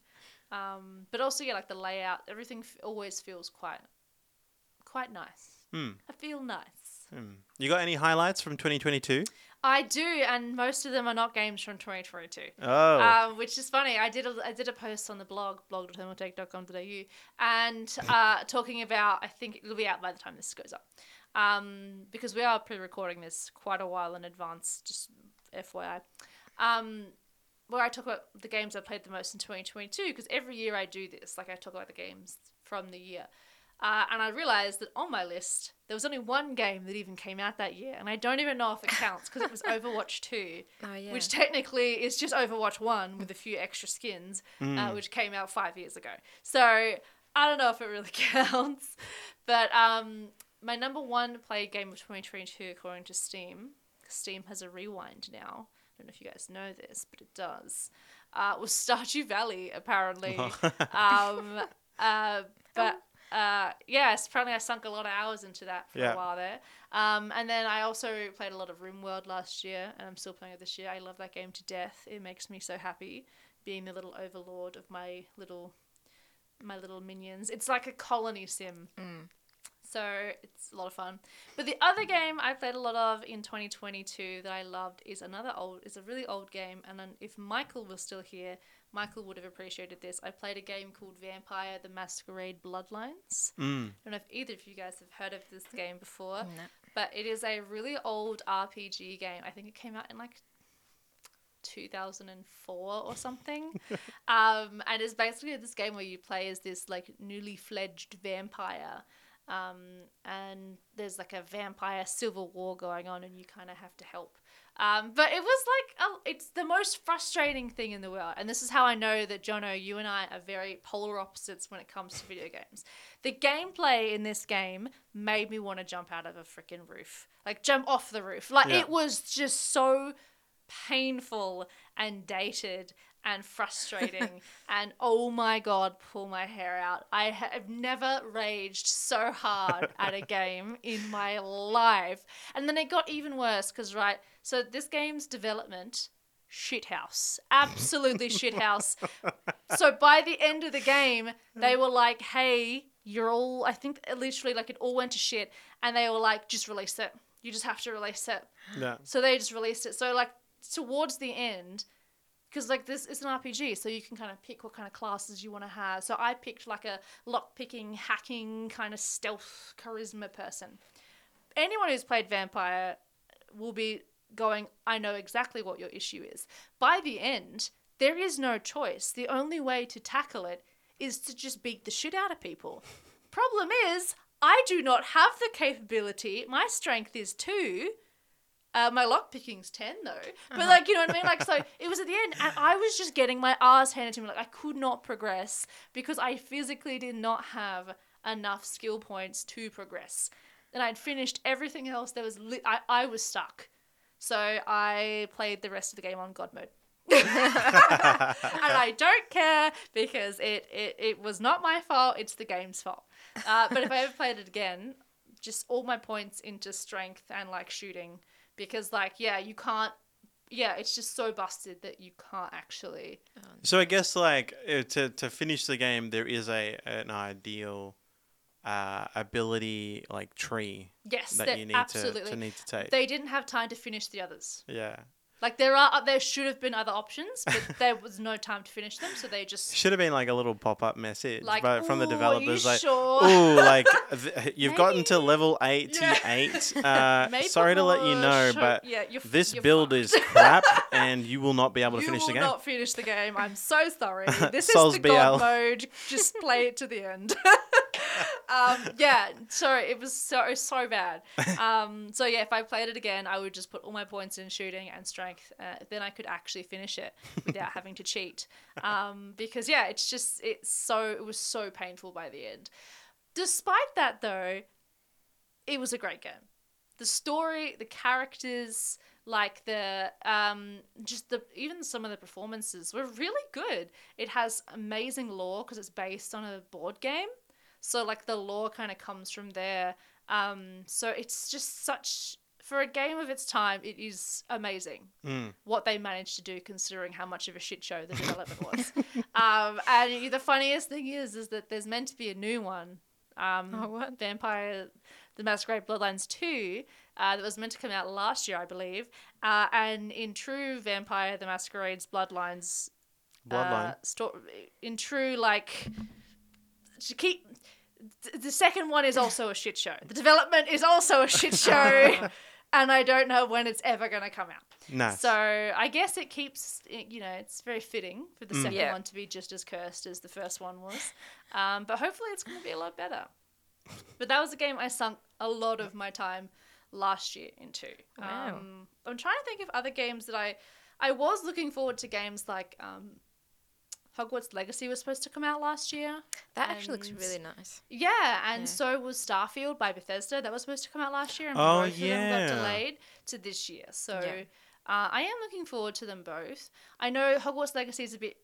[SPEAKER 1] um, but also yeah like the layout everything f- always feels quite quite nice
[SPEAKER 3] Hmm.
[SPEAKER 1] i feel nice
[SPEAKER 3] Hmm. You got any highlights from 2022?
[SPEAKER 1] I do, and most of them are not games from 2022.
[SPEAKER 3] Oh,
[SPEAKER 1] Um, which is funny. I did a, I did a post on the blog, blog.thermaltech.com.au, and uh, talking about, I think it'll be out by the time this goes up. Um, because we are pre recording this quite a while in advance, just FYI. Um, where I talk about the games I played the most in 2022, because every year I do this. Like, I talk about the games from the year. Uh, and I realized that on my list, there was only one game that even came out that year. And I don't even know if it counts because it was Overwatch 2
[SPEAKER 2] oh yeah.
[SPEAKER 1] which technically is just Overwatch 1 with a few extra skins, uh, which came out five years ago. So I don't know if it really counts. But um, my number one played game of 2022, according to Steam, 'cause Steam has a rewind now. I don't know if you guys know this, but it does. Uh, was Stardew Valley, apparently. um, uh, but uh, yes, apparently I sunk a lot of hours into that for
[SPEAKER 3] Yeah.
[SPEAKER 1] a while there. Um, and then I also played a lot of RimWorld last year, and I'm still playing it this year. I love that game to death. It makes me so happy being the little overlord of my little my little minions. It's like a colony sim.
[SPEAKER 2] Mm.
[SPEAKER 1] So it's a lot of fun. But the other game I played a lot of in 2022 that I loved is another old, it's a really old game. And then if Michael was still here, Michael would have appreciated this. I played a game called Vampire the Masquerade Bloodlines.
[SPEAKER 3] Mm.
[SPEAKER 1] I don't know if either of you guys have heard of this game before,
[SPEAKER 2] No.
[SPEAKER 1] but it is a really old RPG game. I think it came out in like 2004 or something. um, and it's basically this game where you play as this like newly fledged vampire. Um, and there's like a vampire civil war going on, and you kind of have to help. Um, but it was like a, it's the most frustrating thing in the world, and this is how I know that Jono, you and I are very polar opposites when it comes to video games. The gameplay in this game made me want to jump out of a freaking roof, like jump off the roof. Like
[SPEAKER 3] Yeah.
[SPEAKER 1] it was just so painful and dated and frustrating and oh my god pull my hair out i have never raged so hard at a game in my life and then it got even worse because right so this game's development shithouse absolutely shithouse so by the end of the game they were like hey you're all i think literally like it all went to shit and they were like just release it you just have to release it
[SPEAKER 3] Yeah.
[SPEAKER 1] so they just released it. So like towards the end, because like this it's an RPG, so you can kind of pick what kind of classes you want to have. So I picked like a lock picking, hacking kind of stealth charisma person. Anyone who's played vampire will be going, I know exactly what your issue is. By the end, there is no choice. The only way to tackle it is to just beat the shit out of people. Problem is, I do not have the capability. My strength is two. Uh, my lock picking's 10 though. But like, you know what I mean? Like, so it was at the end and I was just getting my ass handed to me. Like, I could not progress because I physically did not have enough skill points to progress. And I'd finished everything else. There was, li- I, I was stuck. So I played the rest of the game on God mode. and I don't care because it, it, it was not my fault, it's the game's fault. Uh, but if I ever played it again, just all my points into strength and like shooting because, like, yeah, you can't, yeah, it's just so busted that you can't actually.
[SPEAKER 3] So I guess like uh, to to finish the game, there is a an ideal uh, ability like tree
[SPEAKER 1] Yes,
[SPEAKER 3] that
[SPEAKER 1] that
[SPEAKER 3] you need
[SPEAKER 1] absolutely.
[SPEAKER 3] to, to need to take.
[SPEAKER 1] they didn't have time to finish the others.
[SPEAKER 3] yeah,
[SPEAKER 1] Like there are, uh, there should have been other options, but there was no time to finish them, so they just
[SPEAKER 3] should have been like a little pop up message,
[SPEAKER 1] like
[SPEAKER 3] but from the
[SPEAKER 1] "Ooh, are you
[SPEAKER 3] developers like.
[SPEAKER 1] sure?
[SPEAKER 3] Ooh, like th- you've gotten to
[SPEAKER 1] Maybe.
[SPEAKER 3] level eighty eight. Uh,
[SPEAKER 1] Maybe
[SPEAKER 3] sorry to let you
[SPEAKER 1] we're
[SPEAKER 3] know,
[SPEAKER 1] sure-
[SPEAKER 3] but
[SPEAKER 1] yeah, you're, f-
[SPEAKER 3] this
[SPEAKER 1] you're
[SPEAKER 3] build
[SPEAKER 1] fucked.
[SPEAKER 3] is crap, and you will not be able to
[SPEAKER 1] you
[SPEAKER 3] finish the
[SPEAKER 1] will
[SPEAKER 3] game.
[SPEAKER 1] not finish the game. I'm so sorry. This is
[SPEAKER 3] Souls
[SPEAKER 1] the
[SPEAKER 3] BL.
[SPEAKER 1] god mode. Just play it to the end. um, yeah, so it was so so bad. Um, so yeah, if I played it again, I would just put all my points in shooting and strength. Uh, then I could actually finish it without having to cheat. Um, because yeah, it's just it's so it was so painful by the end. Despite that, though, it was a great game. The story, the characters, like the um, just the even some of the performances were really good. It has amazing lore because it's based on a board game, so like the lore kind of comes from there. Um, so it's just such for a game of its time, it is amazing
[SPEAKER 3] Mm.
[SPEAKER 1] what they managed to do considering how much of a shit show the development was. um, and the funniest thing is, is that there's meant to be a new one. Um,
[SPEAKER 2] Oh, what?
[SPEAKER 1] Vampire, The Masquerade Bloodlines 2, uh, that was meant to come out last year, I believe. Uh, and in true Vampire, The Masquerade's Bloodlines
[SPEAKER 3] Bloodline.
[SPEAKER 1] uh, sto- in true like to keep th- the second one is also a shit show the development is also a shit show and i don't know when it's ever going to come out
[SPEAKER 3] nice.
[SPEAKER 1] so i guess it keeps it- you know it's very fitting for the
[SPEAKER 3] Mm.
[SPEAKER 1] second
[SPEAKER 2] Yeah.
[SPEAKER 1] one to be just as cursed as the first one was um, but hopefully it's going to be a lot better but that was a game i sunk a lot of my time last year into
[SPEAKER 2] Wow.
[SPEAKER 1] um, i'm trying to think of other games that i i was looking forward to games like um, hogwarts legacy was supposed to come out last year
[SPEAKER 2] That actually looks
[SPEAKER 1] And-
[SPEAKER 2] really nice.
[SPEAKER 1] yeah, and
[SPEAKER 2] Yeah.
[SPEAKER 1] so was Starfield by Bethesda. That was supposed to come out last year, and
[SPEAKER 3] Oh,
[SPEAKER 1] both of
[SPEAKER 3] yeah.
[SPEAKER 1] them got delayed to this year. So
[SPEAKER 2] Yeah.
[SPEAKER 1] uh, I am looking forward to them both. I know Hogwarts Legacy is a bit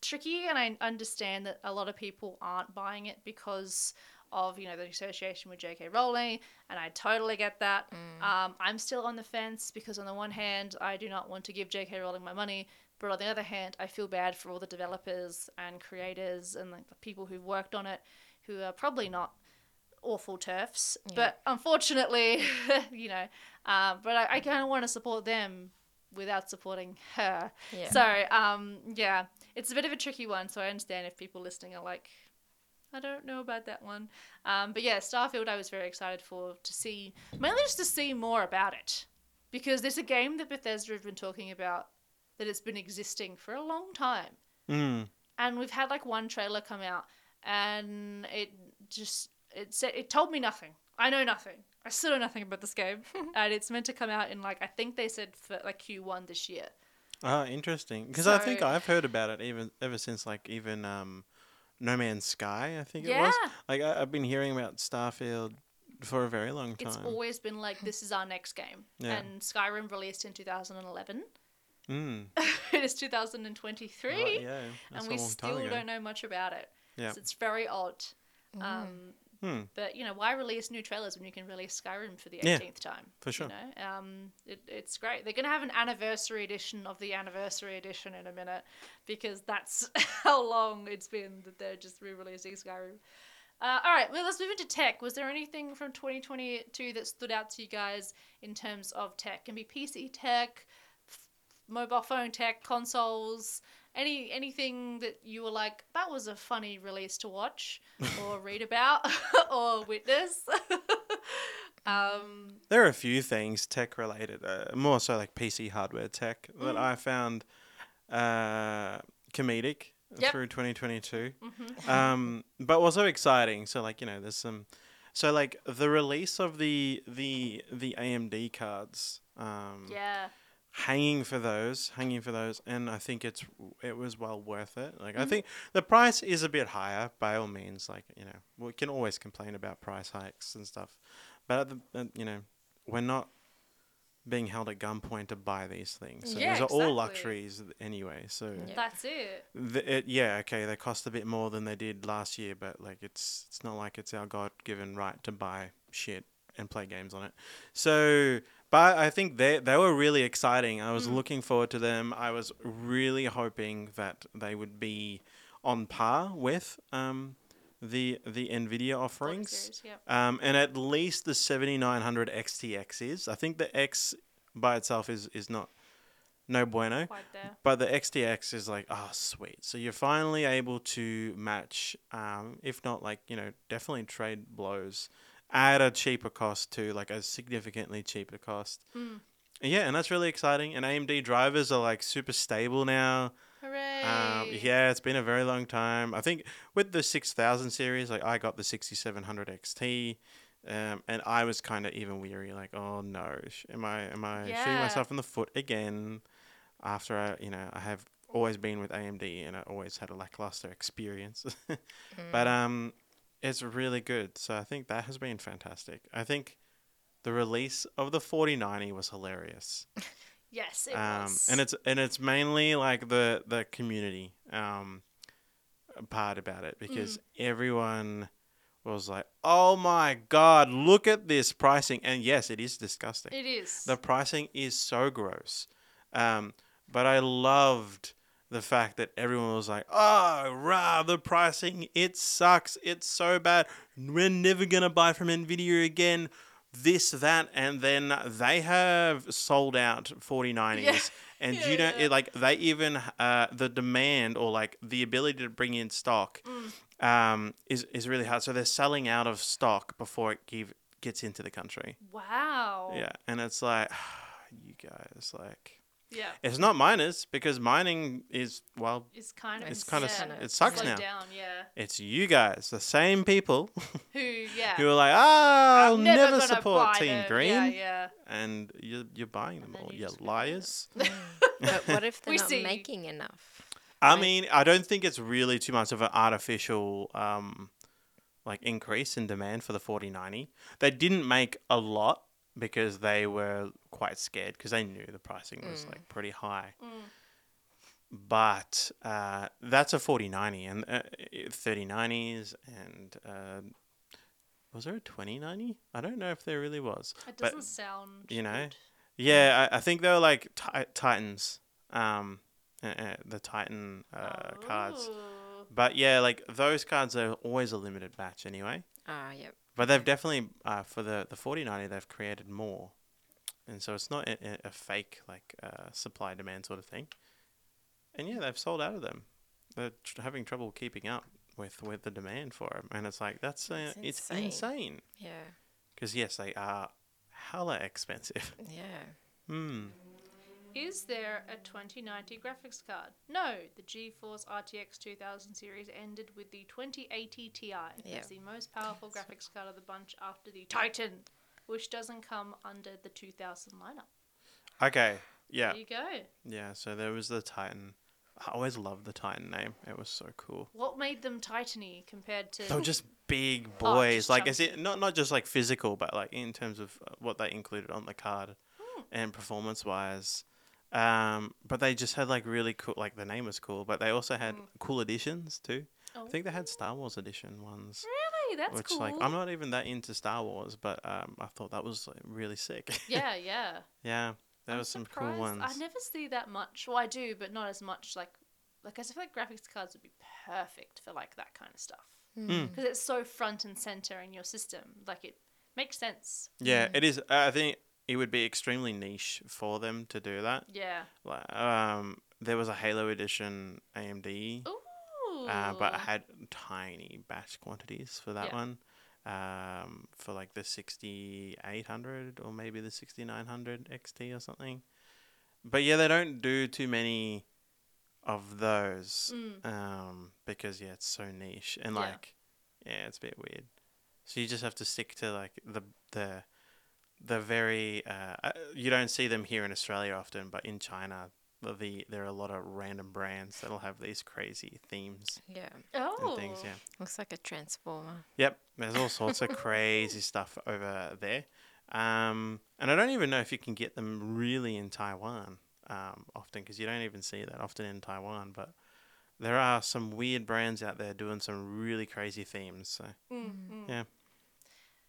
[SPEAKER 1] tricky, and I understand that a lot of people aren't buying it because of you know the association with J.K. Rowling, and I totally get that. Um, I'm still on the fence because on the one hand, I do not want to give J.K. Rowling my money, but on the other hand, I feel bad for all the developers and creators and like, the people who've worked on it, who are probably not awful turfs,
[SPEAKER 2] Yeah.
[SPEAKER 1] but unfortunately, you know. Um, but I, I kind of want to support them without supporting her.
[SPEAKER 2] Yeah.
[SPEAKER 1] So, um, yeah, it's a bit of a tricky one. So I understand if people listening are like, I don't know about that one. Um, but yeah, Starfield, I was very excited for to see, mainly just to see more about it, because there's a game that Bethesda have been talking about that it's been existing for a long time,
[SPEAKER 3] Mm.
[SPEAKER 1] and we've had like one trailer come out, and it just it said it told me nothing. I know nothing. I still know nothing about this game, and it's meant to come out in like I think they said for like Q1 this year.
[SPEAKER 3] Ah, interesting. Because I think
[SPEAKER 1] So-
[SPEAKER 3] I've heard about it even ever since like even um, No Man's Sky. I think it
[SPEAKER 1] Yeah.
[SPEAKER 3] was. Like I, I've been hearing about Starfield for a very long time.
[SPEAKER 1] It's always been like this is our next game,
[SPEAKER 3] Yeah.
[SPEAKER 1] and Skyrim released in 2011.
[SPEAKER 3] mm.
[SPEAKER 1] it is 2023,
[SPEAKER 3] Right, Oh, yeah, that's
[SPEAKER 1] and
[SPEAKER 3] a
[SPEAKER 1] we
[SPEAKER 3] long
[SPEAKER 1] still
[SPEAKER 3] time ago.
[SPEAKER 1] don't know much about it.
[SPEAKER 3] Yeah. Mm.
[SPEAKER 1] So it's very odd.
[SPEAKER 2] Mm-hmm.
[SPEAKER 1] Um,
[SPEAKER 3] Hmm,
[SPEAKER 1] but you know, why release new trailers when you can release Skyrim for the 18th
[SPEAKER 3] Yeah,
[SPEAKER 1] time?
[SPEAKER 3] for sure.
[SPEAKER 1] You know, um, it, it's great. They're gonna have an anniversary edition of the anniversary edition in a minute, because that's how long it's been that they're just re-releasing Skyrim. Uh, all right, well, let's move into tech. Was there anything from 2022 that stood out to you guys in terms of tech? Can be PC tech, f- mobile phone tech, consoles, any anything that you were like, that was a funny release to watch or read about or witness. um,
[SPEAKER 3] There are a few things tech related, uh, more so like PC hardware tech that
[SPEAKER 1] Mm.
[SPEAKER 3] I found uh, comedic
[SPEAKER 1] Yep.
[SPEAKER 3] through 2022,
[SPEAKER 1] mhm.
[SPEAKER 3] um, but also exciting. So like you know, there's some. So like the release of the the the AMD cards. Um,
[SPEAKER 1] Yeah.
[SPEAKER 3] hanging for those, hanging for those, and I think it's it was well worth it. Like I
[SPEAKER 1] Mm-hmm.
[SPEAKER 3] think the price is a bit higher by all means. Like you know, we can always complain about price hikes and stuff, but at the, uh, you know, we're not being held at gunpoint to buy these things. So
[SPEAKER 1] Yeah,
[SPEAKER 3] these are all
[SPEAKER 1] exactly.
[SPEAKER 3] luxuries anyway. So
[SPEAKER 2] Yeah.
[SPEAKER 1] That's it.
[SPEAKER 3] the, it, yeah, okay, they cost a bit more than they did last year, but like it's it's not like it's our God given right to buy shit and play games on it. So, but I think they they were really exciting. I was looking forward to them. I was really hoping that they would be on par with um, the the Nvidia offerings.
[SPEAKER 1] Series, yep.
[SPEAKER 3] Um, and at least the 7900 XTX is. I think the X by itself is is not no bueno.
[SPEAKER 1] Quite there.
[SPEAKER 3] But the XDX is like, oh, sweet. So you're finally able to match, um, if not like, you know, definitely trade blows at a cheaper cost to like a significantly cheaper cost.
[SPEAKER 1] Mm.
[SPEAKER 3] Yeah, and that's really exciting. And AMD drivers are like super stable now.
[SPEAKER 1] Hooray.
[SPEAKER 3] Um, yeah, it's been a very long time. I think with the 6000 series, like I got the 6700 XT. Um, and I was kind of even weary, like, oh no, sh- am I am I shooting
[SPEAKER 1] Yeah.
[SPEAKER 3] myself in the foot again? After I, you know, I have always been with AMD, and I always had a lackluster experience.
[SPEAKER 2] Mm-hmm.
[SPEAKER 3] But um, it's really good. So I think that has been fantastic. I think the release of the 4090 was hilarious
[SPEAKER 1] Yes, it
[SPEAKER 3] um,
[SPEAKER 1] was.
[SPEAKER 3] and it's and it's mainly like the the community um, part about it because
[SPEAKER 1] Mm.
[SPEAKER 3] everyone was like, "Oh my god, look at this pricing!" And yes, it is disgusting.
[SPEAKER 1] It is.
[SPEAKER 3] The pricing is so gross. Um, but I loved the fact that everyone was like, oh, rah, the pricing, it sucks. It's so bad. We're never going to buy from NVIDIA again. This, that. And then they have sold out 4090s.
[SPEAKER 1] Yeah.
[SPEAKER 3] And
[SPEAKER 1] Yeah,
[SPEAKER 3] you don't,
[SPEAKER 1] yeah.
[SPEAKER 3] it, like, they even, uh, the demand or like the ability to bring in stock
[SPEAKER 1] Mm.
[SPEAKER 3] um, is, is really hard. So they're selling out of stock before it give, gets into the country.
[SPEAKER 1] wow.
[SPEAKER 3] Yeah, and it's like, you guys, like,
[SPEAKER 1] Yeah.
[SPEAKER 3] it's not miners because mining is well,
[SPEAKER 1] It's kind of
[SPEAKER 3] it's kind of
[SPEAKER 1] yeah,
[SPEAKER 2] kinda-
[SPEAKER 3] it sucks
[SPEAKER 1] slowed
[SPEAKER 3] now.
[SPEAKER 1] down, yeah.
[SPEAKER 3] It's you guys, the same people
[SPEAKER 1] Who, yeah.
[SPEAKER 3] who are like, ah, I'll
[SPEAKER 1] I'm
[SPEAKER 3] never,
[SPEAKER 1] gonna
[SPEAKER 3] support
[SPEAKER 1] buy
[SPEAKER 3] Team
[SPEAKER 1] them.
[SPEAKER 3] Green,
[SPEAKER 1] Yeah, yeah.
[SPEAKER 3] and you're you're buying them
[SPEAKER 1] then
[SPEAKER 3] all,
[SPEAKER 1] you
[SPEAKER 3] you
[SPEAKER 1] just buy them.
[SPEAKER 3] liars.
[SPEAKER 2] But what if they're
[SPEAKER 1] We
[SPEAKER 2] not
[SPEAKER 1] see.
[SPEAKER 2] making enough?
[SPEAKER 3] I
[SPEAKER 2] Right.
[SPEAKER 3] mean, I don't think it's really too much of an artificial um, like increase in demand for the 4090. They didn't make a lot because they were quite scared because they knew the pricing was
[SPEAKER 1] Mm.
[SPEAKER 3] like pretty high. But uh, that's a 4090 and uh, 3090s and uh, Was there a 2090? I don't know if there really was.
[SPEAKER 1] It
[SPEAKER 3] But-
[SPEAKER 1] doesn't sound.
[SPEAKER 3] you know,
[SPEAKER 1] good.
[SPEAKER 3] Yeah, I, I think they were like ti- Titans, um, uh, uh, the Titan uh, cards.
[SPEAKER 1] Oh.
[SPEAKER 3] But yeah, like those cards are always a limited batch anyway.
[SPEAKER 2] Ah, yep.
[SPEAKER 3] But they've definitely uh, for the the forty ninety they've created more, and so it's not a, a- a fake like uh, supply demand sort of thing. And yeah, they've sold out of them. They're tr- having trouble keeping up with with the demand for them, and it's like that's uh,
[SPEAKER 2] That's
[SPEAKER 3] it's
[SPEAKER 2] insane.
[SPEAKER 3] insane.
[SPEAKER 2] Yeah.
[SPEAKER 3] Because yes, they are hella expensive.
[SPEAKER 2] Yeah.
[SPEAKER 3] Hmm.
[SPEAKER 1] Is there a 2090 graphics card? No, the GeForce RTX 2000 series ended with the 2080 Ti.
[SPEAKER 2] Yeah.
[SPEAKER 1] It's the most powerful graphics card of the bunch after the Titan, which doesn't come under the 2000 lineup.
[SPEAKER 3] Okay. Yeah.
[SPEAKER 1] There you go.
[SPEAKER 3] Yeah. So there was the Titan. I always loved the Titan name. It was so cool.
[SPEAKER 1] What made them Titany compared to
[SPEAKER 3] They were just big
[SPEAKER 1] Oh,
[SPEAKER 3] boys.
[SPEAKER 1] just
[SPEAKER 3] like, is
[SPEAKER 1] chunky.
[SPEAKER 3] it not not just like physical, but like in terms of uh, what they included on the card
[SPEAKER 1] Hmm.
[SPEAKER 3] and performance wise. Um, but they just had like really cool. Like the name was cool, but they also had
[SPEAKER 1] Hmm.
[SPEAKER 3] cool editions too.
[SPEAKER 1] Oh,
[SPEAKER 3] I think they had Star Wars edition ones,
[SPEAKER 1] really? Hmm, That's
[SPEAKER 3] which
[SPEAKER 1] cool.
[SPEAKER 3] like I'm not even that into Star Wars, but um, I thought that was like, really sick.
[SPEAKER 1] yeah, yeah.
[SPEAKER 3] yeah, there
[SPEAKER 1] I'm
[SPEAKER 3] was some cool
[SPEAKER 1] surprised-
[SPEAKER 3] ones.
[SPEAKER 1] I never see that much. Well, I do, but not as much. Like, like I feel like graphics cards would be perfect for like that kind of stuff.
[SPEAKER 3] Mm.
[SPEAKER 1] because it's so front and center in your system. Like it makes sense.
[SPEAKER 3] Yeah, it is. I think it would be extremely niche for them to do that.
[SPEAKER 1] Yeah.
[SPEAKER 3] Like, um, there was a Halo edition AMD,
[SPEAKER 1] Ooh.
[SPEAKER 3] uh, but I had tiny batch quantities for that
[SPEAKER 1] Yeah.
[SPEAKER 3] one. Um, for like the 6800 or maybe the 6900 XT or something. But yeah, they don't do too many of those
[SPEAKER 1] Mm.
[SPEAKER 3] um, because yeah, it's so niche and
[SPEAKER 1] Yeah.
[SPEAKER 3] like yeah, it's a bit weird. So you just have to stick to like the the the very uh, uh, you don't see them here in Australia often, but in China, the, the there are a lot of random brands that'll have these crazy themes
[SPEAKER 2] Yeah.
[SPEAKER 1] oh.
[SPEAKER 3] and things. Yeah,
[SPEAKER 2] Looks like a transformer.
[SPEAKER 3] yep. There's all sorts of crazy stuff over there, um, and I don't even know if you can get them really in Taiwan um, often because you don't even see that often in Taiwan, but. There are some weird brands out there doing some really crazy themes. So
[SPEAKER 1] Mm, mm.
[SPEAKER 3] Yeah.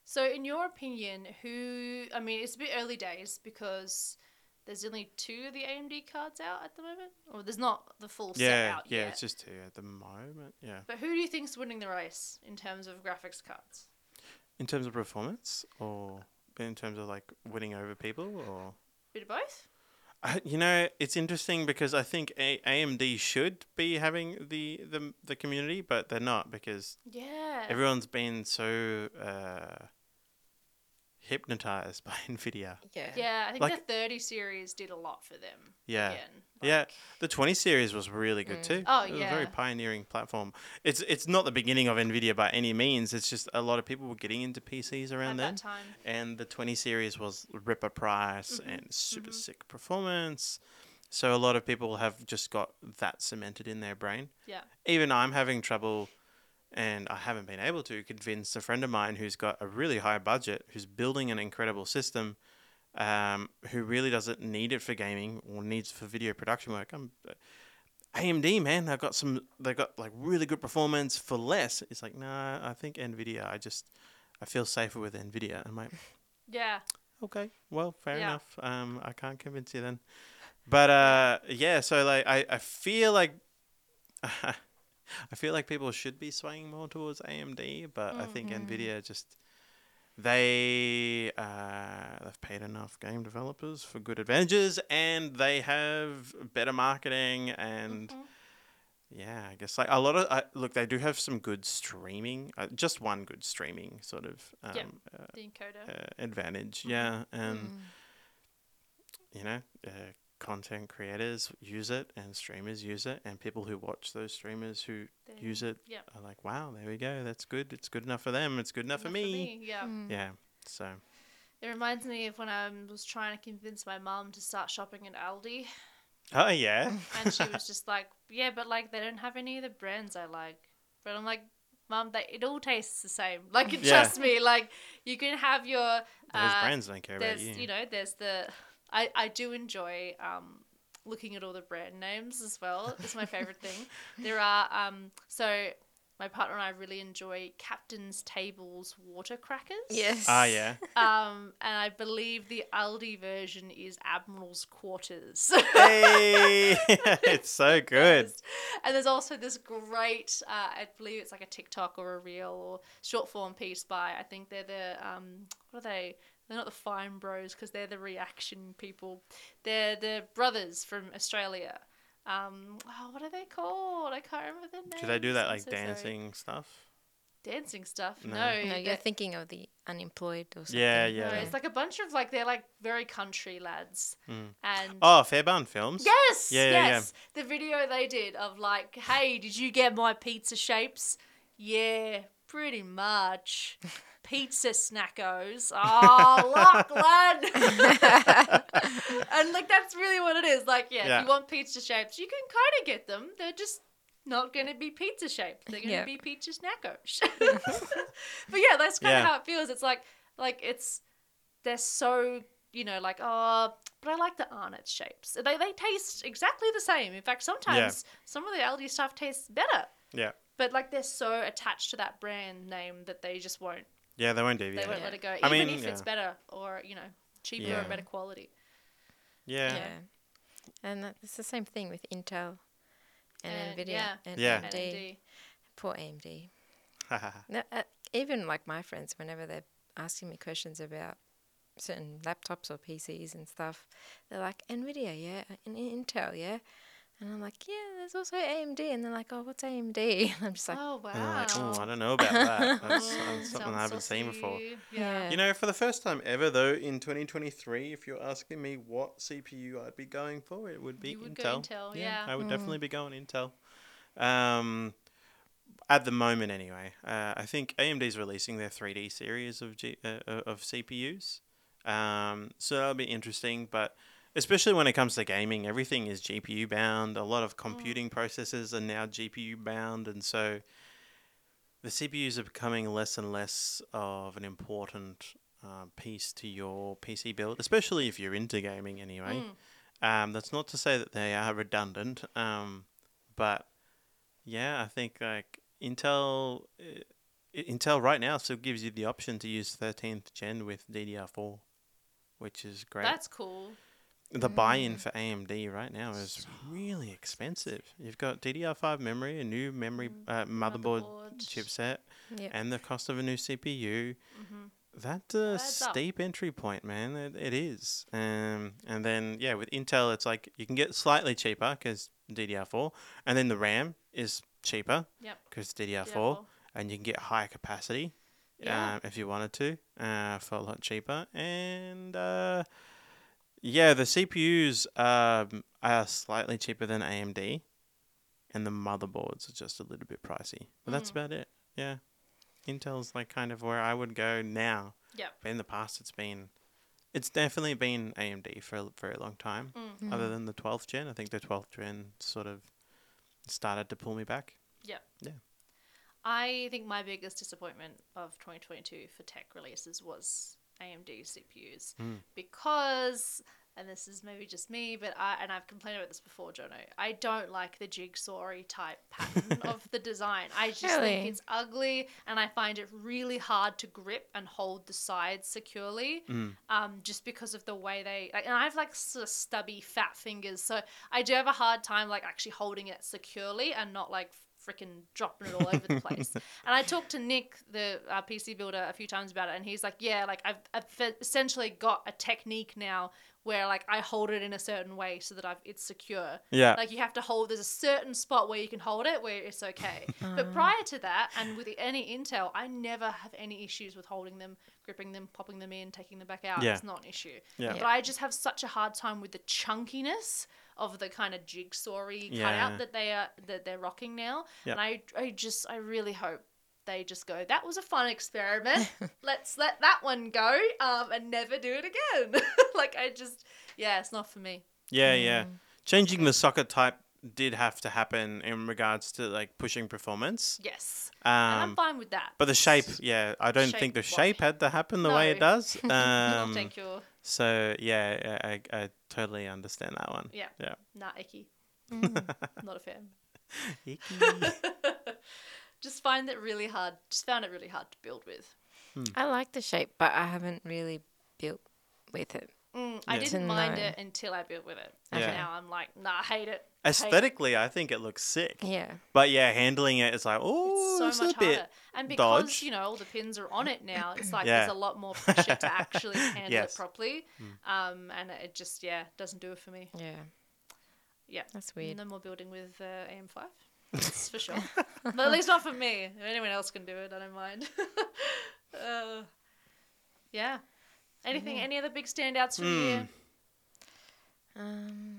[SPEAKER 1] So, in your opinion, who? I mean, it's a bit early days because there's only two of the AMD cards out at the moment, or there's not the full set
[SPEAKER 3] yeah,
[SPEAKER 1] out
[SPEAKER 3] yeah,
[SPEAKER 1] yet.
[SPEAKER 3] it's just two at the moment. Yeah,
[SPEAKER 1] But who do you think's winning the race in terms of graphics cards?
[SPEAKER 3] in terms of performance, or in terms of like winning over people, or
[SPEAKER 1] Bit of both.
[SPEAKER 3] I, you know, it's interesting because I think a- AMD should be having the, the the community, but they're not because
[SPEAKER 1] Yeah.
[SPEAKER 3] everyone's been so uh, hypnotized by Nvidia.
[SPEAKER 2] Yeah.
[SPEAKER 1] yeah, I think
[SPEAKER 3] Like-
[SPEAKER 1] the 30 series did a lot for them.
[SPEAKER 3] Yeah.
[SPEAKER 1] Again.
[SPEAKER 3] Yeah.
[SPEAKER 1] Like-
[SPEAKER 3] The 20 series was really good
[SPEAKER 2] Mm.
[SPEAKER 3] too.
[SPEAKER 1] Oh,
[SPEAKER 3] it was a very
[SPEAKER 1] yeah.
[SPEAKER 3] pioneering platform. It's it's not the beginning of Nvidia by any means. It's just a lot of people were getting into PCs around
[SPEAKER 1] at
[SPEAKER 3] then.
[SPEAKER 1] that time.
[SPEAKER 3] and the 20 series was ripper price
[SPEAKER 1] Mhm,
[SPEAKER 3] and super
[SPEAKER 1] mhm.
[SPEAKER 3] sick performance so a lot of people have just got that cemented in their brain
[SPEAKER 1] Yeah.
[SPEAKER 3] even i'm having trouble and i haven't been able to convince a friend of mine who's got a really high budget who's building an incredible system um, who really doesn't need it for gaming or needs for video production work i'm uh, AMD man, they've got some, they've got like really good performance for less. It's like, nah, I think Nvidia. I just, I feel safer with Nvidia. I'm like,
[SPEAKER 1] Yeah.
[SPEAKER 3] Okay. Well, fair
[SPEAKER 1] Yeah.
[SPEAKER 3] enough. Um, I can't convince you then. But uh, yeah. So like, I, I feel like, I feel like people should be swaying more towards AMD, but I think
[SPEAKER 1] Mm-hmm.
[SPEAKER 2] Mhm.
[SPEAKER 3] Nvidia just they uh, they've paid enough game developers for good advantages, and they have better marketing and.
[SPEAKER 1] Mhm.
[SPEAKER 3] Yeah, I guess like a lot of uh, look, they do have some good streaming, uh, just one good streaming sort of um,
[SPEAKER 1] Yeah.
[SPEAKER 3] uh,
[SPEAKER 1] The encoder.
[SPEAKER 3] uh, advantage.
[SPEAKER 1] Mhm.
[SPEAKER 3] Yeah, and
[SPEAKER 2] Mm.
[SPEAKER 3] you know, uh, content creators use it and streamers use it, and people who watch those streamers who
[SPEAKER 1] Then-
[SPEAKER 3] use it
[SPEAKER 1] yeah.
[SPEAKER 3] are like, wow, there we go, that's good. It's good enough for them. It's good enough, for me.
[SPEAKER 1] Yeah.
[SPEAKER 2] Mm.
[SPEAKER 3] Yeah. So
[SPEAKER 1] It reminds me of when I was trying to convince my mum to start shopping at Aldi,
[SPEAKER 3] oh yeah,
[SPEAKER 1] and she was just like, "Yeah, but like they don't have any of the brands I like." But I'm like, "Mum, they it all tastes the same. Like,
[SPEAKER 3] Yeah.
[SPEAKER 1] trust me. Like, you can have your
[SPEAKER 3] those
[SPEAKER 1] uh,
[SPEAKER 3] brands don't care about
[SPEAKER 1] there's
[SPEAKER 3] you.
[SPEAKER 1] you know there's the I I do enjoy um looking at all the brand names as well. It's my favorite thing. There are um so my partner and I really enjoy Captain's Table's water crackers.
[SPEAKER 2] Yes.
[SPEAKER 3] Ah, yeah.
[SPEAKER 1] Um, and I believe the Aldi version is Admiral's Quarters.
[SPEAKER 3] hey, it's so good.
[SPEAKER 1] And there's also this great, uh, I believe it's like a TikTok or a reel or short form piece by, I think they're the, um, what are they? They're not the Fine Bros because they're the reaction people. They're the brothers from Australia. Um, oh, what are they called? I can't remember their names.
[SPEAKER 3] Do they do that
[SPEAKER 1] I'm
[SPEAKER 3] like
[SPEAKER 1] so sorry.
[SPEAKER 3] dancing stuff?
[SPEAKER 1] Dancing stuff?
[SPEAKER 3] No.
[SPEAKER 1] No.
[SPEAKER 2] No,
[SPEAKER 1] they're-
[SPEAKER 2] you're thinking of the unemployed or something.
[SPEAKER 3] Yeah,
[SPEAKER 1] no,
[SPEAKER 3] yeah.
[SPEAKER 1] it's like a bunch of like, they're like very country lads.
[SPEAKER 3] Mm.
[SPEAKER 1] And
[SPEAKER 3] Oh, Fairbairn Films.
[SPEAKER 1] Yes.
[SPEAKER 3] Yeah, yeah, yeah.
[SPEAKER 1] yes. The video they did of like, hey, did you get my pizza shapes? Yeah, pretty much. Pizza snackos. Oh, Lachlan. and like that's really what it is. Like, yeah,
[SPEAKER 3] Yeah.
[SPEAKER 1] if you want pizza shapes, you can kind of get them. They're just not going to be pizza shaped. They're going to
[SPEAKER 2] Yeah.
[SPEAKER 1] be pizza snackos. but yeah, that's kind of
[SPEAKER 3] Yeah.
[SPEAKER 1] how it feels. It's like like it's they're so you know like oh but i like the arnott shapes they, they taste exactly the same in fact sometimes some of the aldi stuff tastes better
[SPEAKER 3] Yeah.
[SPEAKER 1] but like they're so attached to that brand name that they just won't
[SPEAKER 3] Yeah, they won't
[SPEAKER 1] they
[SPEAKER 3] deviate.
[SPEAKER 1] won't
[SPEAKER 2] Yeah.
[SPEAKER 1] let it go even
[SPEAKER 3] I mean,
[SPEAKER 1] if it's
[SPEAKER 3] yeah.
[SPEAKER 1] better or you know cheaper
[SPEAKER 3] Yeah.
[SPEAKER 1] or better quality
[SPEAKER 3] Yeah.
[SPEAKER 2] Yeah. And that, it's the same thing with Intel and,
[SPEAKER 1] And-
[SPEAKER 2] Nvidia
[SPEAKER 1] yeah.
[SPEAKER 2] and
[SPEAKER 3] Yeah.
[SPEAKER 1] And
[SPEAKER 2] AMD.
[SPEAKER 1] AMD.
[SPEAKER 2] Poor AMD. No, uh, even like my friends, whenever they're asking me questions about certain laptops or PCs and stuff, they're like Nvidia, yeah, and In- Intel, yeah, and I'm like, yeah, there's also AMD, and they're like, oh, what's AMD? And I'm just like,
[SPEAKER 1] oh
[SPEAKER 3] And I'm
[SPEAKER 1] wow
[SPEAKER 3] like, "Ooh, I don't know about that. That's,
[SPEAKER 1] Mm,
[SPEAKER 3] that's something
[SPEAKER 1] sounds
[SPEAKER 3] I haven't seen before.
[SPEAKER 1] saucy.
[SPEAKER 2] Yeah.
[SPEAKER 1] yeah
[SPEAKER 3] You know, for the first time ever, though, in 2023, if you're asking me what CPU I'd be going for, it would be
[SPEAKER 1] You would go
[SPEAKER 3] Intel.
[SPEAKER 1] Intel,
[SPEAKER 3] I
[SPEAKER 1] yeah.
[SPEAKER 3] would definitely be going Intel. Um, at the moment, anyway, uh, I think AMD's releasing their 3D series of G- uh, uh, of CPUs. Um, so that'll be interesting, but especially when it comes to gaming, everything is GPU bound. A lot of computing processes are now GPU bound, and so the CPUs are becoming less and less of an important uh, piece to your PC build, especially if you're into gaming anyway.
[SPEAKER 1] Mm.
[SPEAKER 3] Um, that's not to say that they are redundant, um, but yeah, I think like Intel, uh, I- Intel right now still gives you the option to use 13th gen with DDR4, which is great.
[SPEAKER 1] that's cool
[SPEAKER 3] the buy-in
[SPEAKER 1] Mm.
[SPEAKER 3] for AMD right now is really expensive. You've got DDR5 memory, a new memory uh, motherboard,
[SPEAKER 1] Mm. Motherboard.
[SPEAKER 3] chipset,
[SPEAKER 1] Oh.
[SPEAKER 2] yeah,
[SPEAKER 3] and the cost of a new CPU.
[SPEAKER 1] Mm-hmm.
[SPEAKER 3] That's a
[SPEAKER 1] Adds up.
[SPEAKER 3] steep entry point, man. It, it is. Um, and then, yeah, with Intel, it's like you can get slightly cheaper because DDR4, and then the RAM is cheaper
[SPEAKER 1] yep
[SPEAKER 3] because DDR4,
[SPEAKER 1] DDR4.
[SPEAKER 3] and you can get higher capacity
[SPEAKER 1] Yeah.
[SPEAKER 3] um, if you wanted to uh, for a lot cheaper. And uh, yeah, the CPUs um, are slightly cheaper than AMD, and the motherboards are just a little bit pricey. But
[SPEAKER 1] Hmm.
[SPEAKER 3] that's about it. Yeah. Intel's like kind of where I would go now.
[SPEAKER 1] Yep.
[SPEAKER 3] But in the past, it's been. It's definitely been AMD for a l- very long time,
[SPEAKER 1] Mm.
[SPEAKER 3] other than the 12th gen. I think the 12th gen sort of started to pull me back.
[SPEAKER 1] I think my biggest disappointment of 2022 for tech releases was AMD CPUs
[SPEAKER 3] Mm.
[SPEAKER 1] because, and this is maybe just me, but I and I've complained about this before, Jono. I don't like the jigsawy type pattern of the design. I just
[SPEAKER 2] Really?
[SPEAKER 1] think it's ugly, and I find it really hard to grip and hold the sides securely
[SPEAKER 3] Mm.
[SPEAKER 1] um, just because of the way they like, and I have like sort of stubby fat fingers, so I do have a hard time like actually holding it securely and not like freaking dropping it all over the place. And I talked to Nick, the uh, PC builder, a few times about it, and he's like, "Yeah, like I've, I've fe- essentially got a technique now where like I hold it in a certain way so that I've it's secure."
[SPEAKER 3] Yeah.
[SPEAKER 1] Like you have to hold. There's a certain spot where you can hold it where it's okay.
[SPEAKER 2] um,
[SPEAKER 3] Mm.
[SPEAKER 1] but prior to that, and with any intel, I never have any issues with holding them, gripping them, popping them in, taking them back out.
[SPEAKER 3] Yeah.
[SPEAKER 1] It's not an issue.
[SPEAKER 3] Yeah.
[SPEAKER 1] But I just have such a hard time with the chunkiness of the kind of jigsawy
[SPEAKER 3] Yeah.
[SPEAKER 1] cutout that they are that they're rocking now.
[SPEAKER 3] Yeah.
[SPEAKER 1] And I, I just, I really hope they just go. That was a fun experiment. Let's let that one go um, and never do it again. like I just, yeah, it's not for me.
[SPEAKER 3] Yeah, yeah. Changing the socket type did have to happen in regards to like pushing performance.
[SPEAKER 1] Yes, and I'm
[SPEAKER 3] Um,
[SPEAKER 1] fine with that.
[SPEAKER 3] but the shape, yeah, I don't
[SPEAKER 1] Shape,
[SPEAKER 3] think the
[SPEAKER 1] what?
[SPEAKER 3] shape had to happen the way it
[SPEAKER 1] No.
[SPEAKER 3] does.
[SPEAKER 1] I'll
[SPEAKER 3] Um,
[SPEAKER 1] take your
[SPEAKER 3] so yeah, I, I, I totally understand that one.
[SPEAKER 1] Yeah.
[SPEAKER 3] Yeah. Mm.
[SPEAKER 1] Nah, icky. Not a fan. Just find it really hard. Just found it really hard to build with.
[SPEAKER 2] I like the shape, but I haven't really built with it.
[SPEAKER 1] Mm, I
[SPEAKER 3] Yeah.
[SPEAKER 1] didn't mind
[SPEAKER 2] No.
[SPEAKER 1] it until I built with it. And
[SPEAKER 3] Yeah.
[SPEAKER 1] now I'm like, nah, I hate it. I hate it.
[SPEAKER 3] Aesthetically, I think it looks sick.
[SPEAKER 2] Yeah.
[SPEAKER 3] But yeah, handling it is like, oh,
[SPEAKER 1] It's so
[SPEAKER 3] it's
[SPEAKER 1] much
[SPEAKER 3] a bit.
[SPEAKER 1] harder. And because,
[SPEAKER 3] dodge.
[SPEAKER 1] you know, all the pins are on it now, it's like
[SPEAKER 3] Yeah.
[SPEAKER 1] there's a lot more pressure to actually handle
[SPEAKER 3] Yes. Mm.
[SPEAKER 1] it properly. Um, and it just, yeah, doesn't do it for me.
[SPEAKER 2] Yeah.
[SPEAKER 1] Yeah.
[SPEAKER 2] That's weird.
[SPEAKER 1] No more building with uh, AM5. That's for sure. but at least not for me. If anyone else can do it, I don't mind. uh, yeah. Anything, any other big standouts from
[SPEAKER 3] Hmm.
[SPEAKER 1] here?
[SPEAKER 2] Um,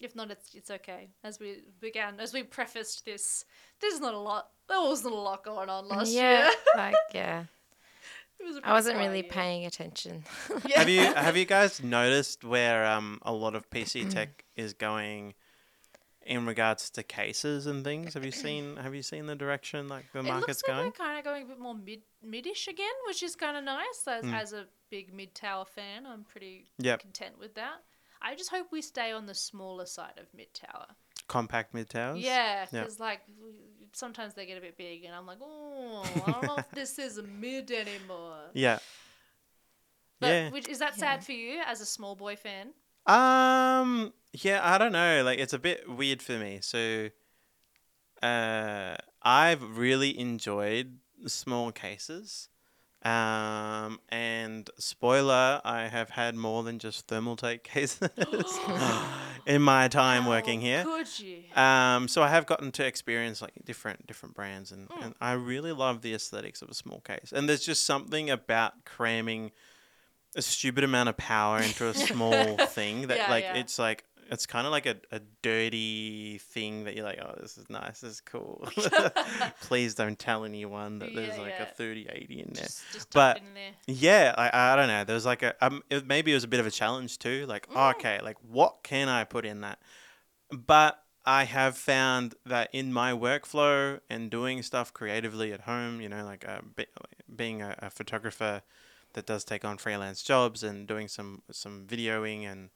[SPEAKER 1] If not, it's it's okay. As we began, as we prefaced this, there's not a lot. There wasn't a lot going on last
[SPEAKER 2] yeah.
[SPEAKER 1] year.
[SPEAKER 2] like, yeah.
[SPEAKER 1] It was a
[SPEAKER 2] I
[SPEAKER 1] pretty
[SPEAKER 2] wasn't
[SPEAKER 1] quiet
[SPEAKER 2] really
[SPEAKER 1] year.
[SPEAKER 2] paying attention.
[SPEAKER 1] Yeah.
[SPEAKER 3] Have you have you guys noticed where um, a lot of PC tech is going in regards to cases and things? Have you seen have you seen the direction like the
[SPEAKER 1] It
[SPEAKER 3] market's
[SPEAKER 1] looks like
[SPEAKER 3] going?
[SPEAKER 1] we're kind of going a bit more mid midish again, which is kind of nice. As
[SPEAKER 3] Mm.
[SPEAKER 1] as a big mid tower fan, I'm pretty
[SPEAKER 3] Yep.
[SPEAKER 1] content with that. I just hope we stay on the smaller side of mid tower.
[SPEAKER 3] Compact mid towers.
[SPEAKER 1] Yeah,
[SPEAKER 3] Yeah.
[SPEAKER 1] because like sometimes they get a bit big, and I'm like, oh, I don't know if this is a mid anymore.
[SPEAKER 3] Yeah.
[SPEAKER 1] But
[SPEAKER 3] yeah.
[SPEAKER 1] which is that
[SPEAKER 2] Yeah.
[SPEAKER 1] sad for you as a small boy fan?
[SPEAKER 3] Um. Yeah, I don't know. Like, it's a bit weird for me. So, uh, I've really enjoyed small cases. Um, and spoiler, I have had more than just thermal take cases in my time
[SPEAKER 1] How
[SPEAKER 3] working here.
[SPEAKER 1] Oh, Could you?
[SPEAKER 3] Um, so I have gotten to experience like different different brands, and,
[SPEAKER 1] Mm.
[SPEAKER 3] and I really love the aesthetics of a small case. And there's just something about cramming a stupid amount of power into a small thing that
[SPEAKER 1] Yeah,
[SPEAKER 3] like
[SPEAKER 1] yeah.
[SPEAKER 3] it's like it's kind of like a, a dirty thing that you're like, oh, this is nice, this is cool. Please don't tell anyone that there's
[SPEAKER 1] Yeah,
[SPEAKER 3] like a
[SPEAKER 1] yeah.
[SPEAKER 3] 3080 in there.
[SPEAKER 1] Just, just
[SPEAKER 3] But-
[SPEAKER 1] tucked in there.
[SPEAKER 3] Yeah, I, I don't know. There was like a um, it, maybe it was a bit of a challenge too. Like, oh,
[SPEAKER 1] Mm.
[SPEAKER 3] okay, like what can I put in that? But I have found that in my workflow and doing stuff creatively at home, you know, like uh, be, being a, a photographer that does take on freelance jobs and doing some some videoing and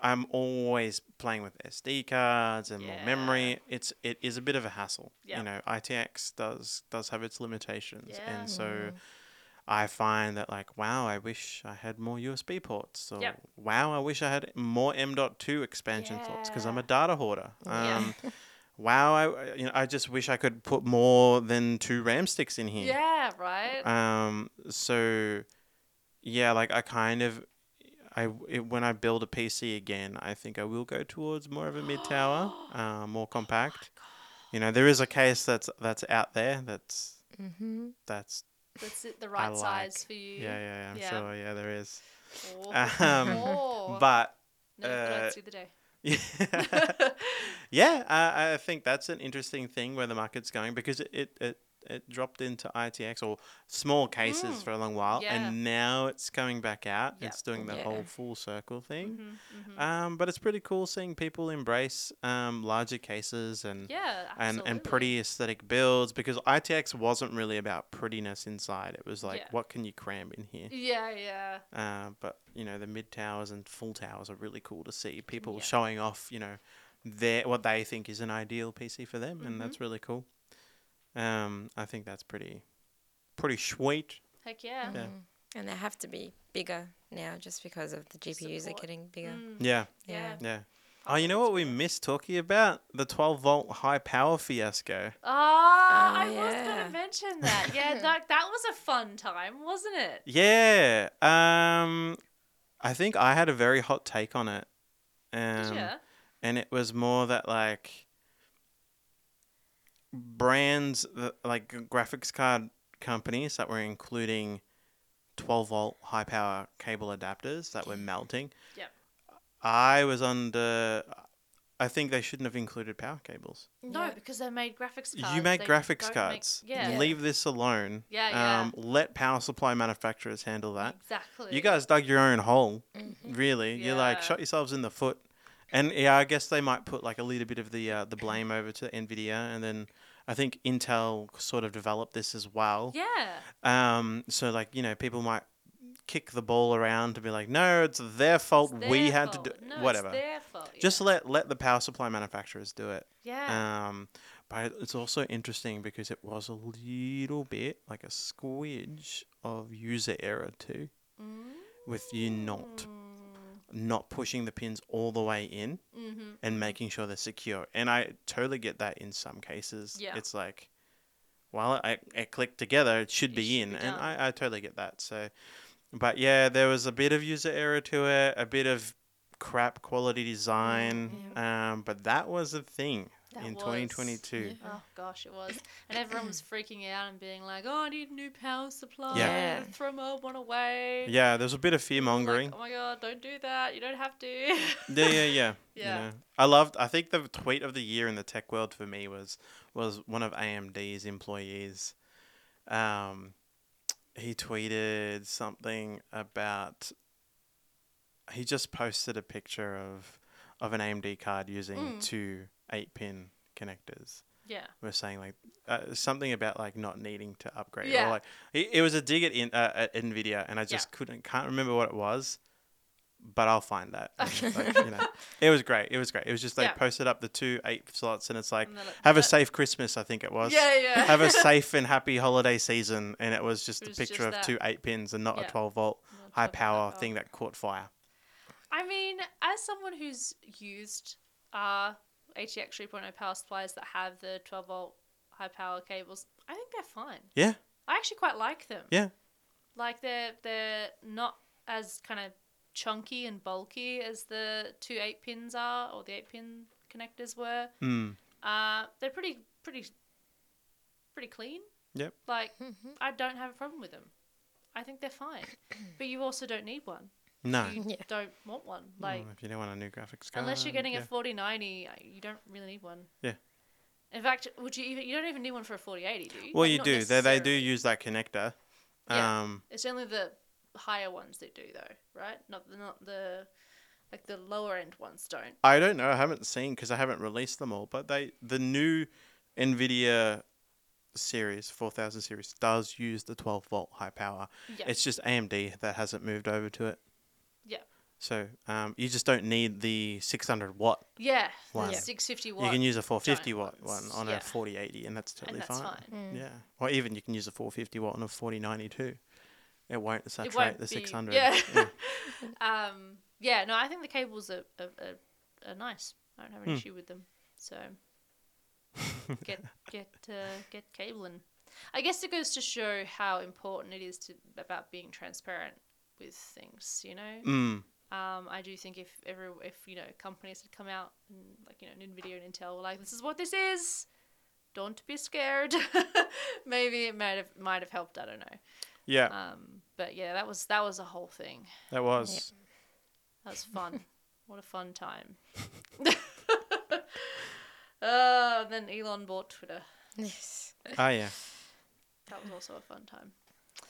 [SPEAKER 3] I'm always playing with SD cards and more
[SPEAKER 1] Yeah.
[SPEAKER 3] memory. It's it is a bit of a hassle.
[SPEAKER 1] Yeah.
[SPEAKER 3] You know, ITX does does have its limitations,
[SPEAKER 1] Yeah.
[SPEAKER 3] and so. I find that like, wow, I wish I had more USB ports, or
[SPEAKER 1] Yep.
[SPEAKER 3] wow, I wish I had more M.2 expansion slots because I'm a
[SPEAKER 1] Yeah.
[SPEAKER 3] data hoarder.
[SPEAKER 1] Yeah.
[SPEAKER 3] Um, wow, I uh, you know I just wish I could put more than two RAM sticks in here.
[SPEAKER 1] Yeah, right.
[SPEAKER 3] Um, so yeah, like I kind of. I, it, when I build a PC again, I think I will go towards more of a mid tower, uh,
[SPEAKER 1] Oh
[SPEAKER 3] more compact. you know, there is a case that's that's out there that's
[SPEAKER 2] Mm-hmm.
[SPEAKER 3] that's
[SPEAKER 1] That's it, the right
[SPEAKER 3] like-
[SPEAKER 1] size for you.
[SPEAKER 3] yeah yeah, yeah I'm
[SPEAKER 1] Yeah.
[SPEAKER 3] sure yeah there is.
[SPEAKER 1] Oh,
[SPEAKER 3] Um,
[SPEAKER 1] oh.
[SPEAKER 3] But
[SPEAKER 1] no, glad
[SPEAKER 3] uh,
[SPEAKER 1] to see the day. Mm-hmm,
[SPEAKER 3] yeah, I, I think that's an interesting thing where the market's going because it it, it, it dropped into ITX or small cases
[SPEAKER 1] Mm,
[SPEAKER 3] for a long while,
[SPEAKER 1] yeah.
[SPEAKER 3] and now it's coming back out.
[SPEAKER 1] Yep.
[SPEAKER 3] It's doing the
[SPEAKER 2] Yeah.
[SPEAKER 3] whole full circle thing.
[SPEAKER 1] Mhm, mhm.
[SPEAKER 3] Um, but it's pretty cool seeing people embrace um, larger cases and.
[SPEAKER 1] yeah,
[SPEAKER 3] And,
[SPEAKER 1] absolutely.
[SPEAKER 3] and pretty aesthetic builds because ITX wasn't really about prettiness inside. It was like,
[SPEAKER 1] Yeah.
[SPEAKER 3] what can you cram in here?
[SPEAKER 1] Yeah, yeah.
[SPEAKER 3] Uh, but you know the mid towers and full towers are really cool to see people
[SPEAKER 1] Yeah.
[SPEAKER 3] showing off. You know, their what they think is an ideal PC for them,
[SPEAKER 1] Mhm.
[SPEAKER 3] and that's really cool. Um, I think that's pretty, pretty sweet.
[SPEAKER 1] Heck yeah.
[SPEAKER 3] Yeah.
[SPEAKER 2] Mm. And they have to be bigger now just because of the GPUs
[SPEAKER 1] Support.
[SPEAKER 2] are getting bigger.
[SPEAKER 1] Mm,
[SPEAKER 3] Yeah,
[SPEAKER 1] yeah.
[SPEAKER 3] yeah. Oh, you know what we missed talking about? The 12 volt high power fiasco.
[SPEAKER 1] Ah,
[SPEAKER 2] Oh,
[SPEAKER 1] I was
[SPEAKER 2] yeah.
[SPEAKER 1] gonna mention that. Yeah, that that was a fun time, wasn't it?
[SPEAKER 3] Yeah. Um, I think I had a very hot take on it. Um,
[SPEAKER 1] Did ya?
[SPEAKER 3] and it was more that like brands that, like g- graphics card companies that were including 12 volt high power cable adapters that were melting
[SPEAKER 1] Yep.
[SPEAKER 3] i was under i think they shouldn't have included power cables
[SPEAKER 1] No,
[SPEAKER 2] Yeah.
[SPEAKER 1] because they made graphics cards.
[SPEAKER 3] you make
[SPEAKER 1] They
[SPEAKER 3] graphics
[SPEAKER 1] don't make-
[SPEAKER 3] cards
[SPEAKER 1] yeah.
[SPEAKER 3] leave this alone
[SPEAKER 1] Yeah, yeah.
[SPEAKER 3] Um, let power supply manufacturers handle that
[SPEAKER 1] Exactly.
[SPEAKER 3] you guys dug your own hole,
[SPEAKER 2] Mm-hmm.
[SPEAKER 3] really. You're like
[SPEAKER 1] Yeah.
[SPEAKER 3] shot yourselves in the foot, and yeah, I guess they might put like a little bit of the uh, the blame over to Nvidia, and then I think Intel sort of developed this as well.
[SPEAKER 1] Yeah.
[SPEAKER 3] Um, so like you know, people might kick the ball around to be like, no, it's their fault.
[SPEAKER 1] It's
[SPEAKER 3] we
[SPEAKER 1] their
[SPEAKER 3] had to
[SPEAKER 1] fault.
[SPEAKER 3] do
[SPEAKER 1] no,
[SPEAKER 3] whatever.
[SPEAKER 1] It's their fault. Yeah.
[SPEAKER 3] Just let let the power supply manufacturers do it.
[SPEAKER 1] yeah.
[SPEAKER 3] Um, But it's also interesting because it was a little bit like a squidge of user error too,
[SPEAKER 1] Mm.
[SPEAKER 3] with uh, you not not pushing the pins all the way in
[SPEAKER 1] Mm-hmm.
[SPEAKER 3] and making sure they're secure. And I totally get that in some cases.
[SPEAKER 1] Yeah.
[SPEAKER 3] It's like, while I, I clicked together, it should
[SPEAKER 1] It
[SPEAKER 3] be
[SPEAKER 1] should
[SPEAKER 3] in.
[SPEAKER 1] be
[SPEAKER 3] and
[SPEAKER 1] done.
[SPEAKER 3] I, I totally get that. So, but yeah, there was a bit of user error to it, a bit of crap quality design. Um, but that was a thing
[SPEAKER 1] Mm, That
[SPEAKER 3] in
[SPEAKER 1] was-
[SPEAKER 3] 2022.
[SPEAKER 2] yeah.
[SPEAKER 1] Oh gosh, it was, and everyone was freaking out and being like, "Oh, I need a new power supply.
[SPEAKER 2] Yeah.
[SPEAKER 1] Throw my old one away."
[SPEAKER 3] Yeah, there was a bit of fear
[SPEAKER 1] Like,
[SPEAKER 3] mongering.
[SPEAKER 1] oh my god, don't do that. You don't have to.
[SPEAKER 3] yeah, yeah, yeah. you
[SPEAKER 1] Yeah.
[SPEAKER 3] know. I loved. I think the tweet of the year in the tech world for me was was one of AMD's employees. Um, he tweeted something about. He just posted a picture of of an AMD card using
[SPEAKER 1] Mm.
[SPEAKER 3] two eight pin connectors.
[SPEAKER 1] yeah.
[SPEAKER 3] We're saying like uh, something about like not needing to upgrade.
[SPEAKER 1] Yeah.
[SPEAKER 3] Or like it, it was a dig at, in, uh, at Nvidia, and I just couldn't can't remember what it was, but I'll find that.
[SPEAKER 1] Okay.
[SPEAKER 3] Like, you know, it was great. It was great. It was just they
[SPEAKER 1] Yeah.
[SPEAKER 3] posted up the two eight slots, and it's like
[SPEAKER 1] And they're like,
[SPEAKER 3] have a
[SPEAKER 1] "That-
[SPEAKER 3] safe Christmas. I think it was.
[SPEAKER 1] Yeah, yeah.
[SPEAKER 3] Have a safe and happy holiday season, and it was just
[SPEAKER 1] It was
[SPEAKER 3] a picture
[SPEAKER 1] just
[SPEAKER 3] of
[SPEAKER 1] that.
[SPEAKER 3] two eight pins and not
[SPEAKER 1] Yeah.
[SPEAKER 3] a twelve volt
[SPEAKER 1] Not a 12
[SPEAKER 3] high
[SPEAKER 1] volt
[SPEAKER 3] power
[SPEAKER 1] power.
[SPEAKER 3] thing that caught fire.
[SPEAKER 1] I mean, as someone who's used uh, HDX 3.0 power supplies that have the 12 volt high power cables, I think they're fine.
[SPEAKER 3] Yeah,
[SPEAKER 1] I actually quite like them.
[SPEAKER 3] Yeah.
[SPEAKER 1] Like they're they're not as kind of chunky and bulky as the two eight pins are or the eight pin connectors were.
[SPEAKER 3] mm.
[SPEAKER 1] Uh, they're pretty pretty pretty clean.
[SPEAKER 3] Yep.
[SPEAKER 1] Like
[SPEAKER 2] Mhm.
[SPEAKER 1] I don't have a problem with them. I think they're fine. but you also don't need one.
[SPEAKER 3] no.
[SPEAKER 1] You
[SPEAKER 2] Yeah.
[SPEAKER 1] don't want one. Like
[SPEAKER 3] Mm, if you don't want a new graphics card,
[SPEAKER 1] Unless you're getting
[SPEAKER 3] yeah.
[SPEAKER 1] a 4090, you don't really need one.
[SPEAKER 3] Yeah.
[SPEAKER 1] In fact, would you even you don't even need one for a 4080, do you?
[SPEAKER 3] Well,
[SPEAKER 1] Like,
[SPEAKER 3] you
[SPEAKER 1] not
[SPEAKER 3] do. They, they do
[SPEAKER 1] necessarily.
[SPEAKER 3] use that connector.
[SPEAKER 1] Yeah.
[SPEAKER 3] Um,
[SPEAKER 1] It's only the higher ones that do though, right? Not the not the like the lower end ones don't.
[SPEAKER 3] I don't know. I haven't seen because I haven't released them all. But they the new Nvidia series, four thousand series, does use the twelve volt high power.
[SPEAKER 1] Yeah.
[SPEAKER 3] It's just AMD that hasn't moved over to it.
[SPEAKER 1] Yeah.
[SPEAKER 3] So um, you just don't need the six hundred watt.
[SPEAKER 1] yeah.
[SPEAKER 3] One.
[SPEAKER 1] The 650 watt.
[SPEAKER 3] You can use a four fifty watt
[SPEAKER 1] giant
[SPEAKER 3] one
[SPEAKER 1] ones,
[SPEAKER 3] on
[SPEAKER 1] yeah.
[SPEAKER 3] a forty eighty, and that's totally
[SPEAKER 1] and that's fine.
[SPEAKER 2] Mm.
[SPEAKER 3] Yeah. Or even you can use a four fifty watt on a forty ninety two. It won't saturate the
[SPEAKER 1] be-
[SPEAKER 3] six hundred.
[SPEAKER 1] Yeah. um, yeah, no, I think the cables are, are, are, are nice. I don't have an
[SPEAKER 3] Hmm.
[SPEAKER 1] issue with them. So get get uh, get cabling. I guess it goes to show how important it is to about being transparent with things. You know,
[SPEAKER 3] Mm.
[SPEAKER 1] um, I do think if every if you know companies had come out and like you know Nvidia and Intel were like, this is what this is. Don't be scared. Maybe it might have might have helped. I don't know.
[SPEAKER 3] Yeah.
[SPEAKER 1] Um, but yeah, that was that was a whole thing.
[SPEAKER 3] that was.
[SPEAKER 1] That was fun. what a fun time. uh, and then Elon bought Twitter.
[SPEAKER 2] Yes.
[SPEAKER 3] Oh yeah.
[SPEAKER 1] That was also a fun time.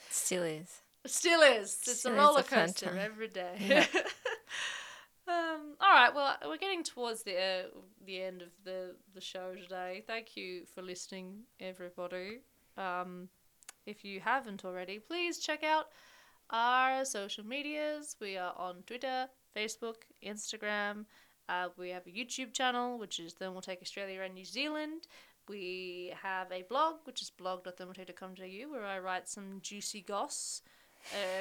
[SPEAKER 2] Still is.
[SPEAKER 1] It still is. It's
[SPEAKER 2] Still
[SPEAKER 1] a
[SPEAKER 2] is
[SPEAKER 1] roller
[SPEAKER 2] a fun
[SPEAKER 1] coaster
[SPEAKER 2] time.
[SPEAKER 1] every day.
[SPEAKER 2] Yeah.
[SPEAKER 1] um, all right. Well, we're getting towards the uh, the end of the the show today. Thank you for listening, everybody. Um, if you haven't already, please check out our social medias. We are on Twitter, Facebook, Instagram. Uh, we have a YouTube channel, which is Thermal Take Australia and New Zealand. We have a blog, which is blog.thermaltake.com.au, where I write some juicy goss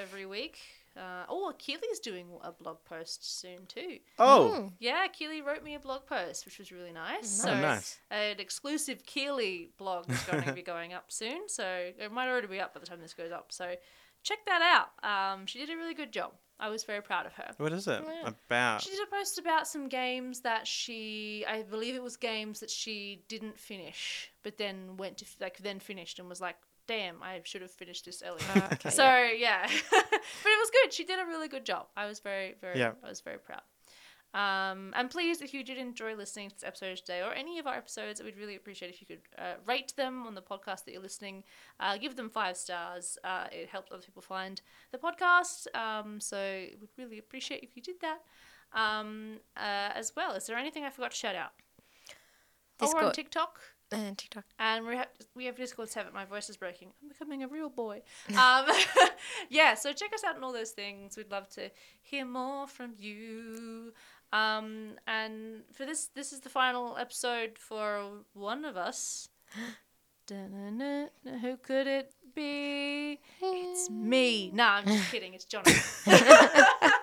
[SPEAKER 1] every week. Uh, oh, Keely's doing a blog post soon too.
[SPEAKER 3] Oh.
[SPEAKER 2] Mm.
[SPEAKER 1] Yeah, Keely wrote me a blog post, which was really nice.
[SPEAKER 3] Oh,
[SPEAKER 1] So
[SPEAKER 3] nice.
[SPEAKER 1] an exclusive Keely blog is going to be going up soon. So it might already be up by the time this goes up. So check that out. Um, she did a really good job. I was very proud of her.
[SPEAKER 3] What is it
[SPEAKER 2] Yeah.
[SPEAKER 3] about?
[SPEAKER 1] She did a post about some games that she, I believe it was games that she didn't finish, but then went to like then finished and was like, "Damn, I should have finished this earlier."
[SPEAKER 2] Ah, okay,
[SPEAKER 1] so
[SPEAKER 2] yeah.
[SPEAKER 1] yeah, but it was good. She did a really good job. I was very, very,
[SPEAKER 3] Yeah.
[SPEAKER 1] I was very proud. Um, and please, if you did enjoy listening to this episode today or any of our episodes, we'd really appreciate if you could uh, rate them on the podcast that you're listening. Uh, give them five stars. Uh, it helps other people find the podcast. Um, so we'd really appreciate if you did that um, uh, as well. Is there anything I forgot to shout out? Oh, we're on
[SPEAKER 2] Discord.
[SPEAKER 1] TikTok,
[SPEAKER 2] And Mm. Uh, TikTok.
[SPEAKER 1] and we have we have Discord seven. My voice is breaking. I'm becoming a real boy. Um, yeah, so check us out on all those things. We'd love to hear more from you. Um, and for this, this is the final episode for one of us. Dun-dun-dun, Who could it be? It's me. Nah, I'm just kidding. It's Johnny.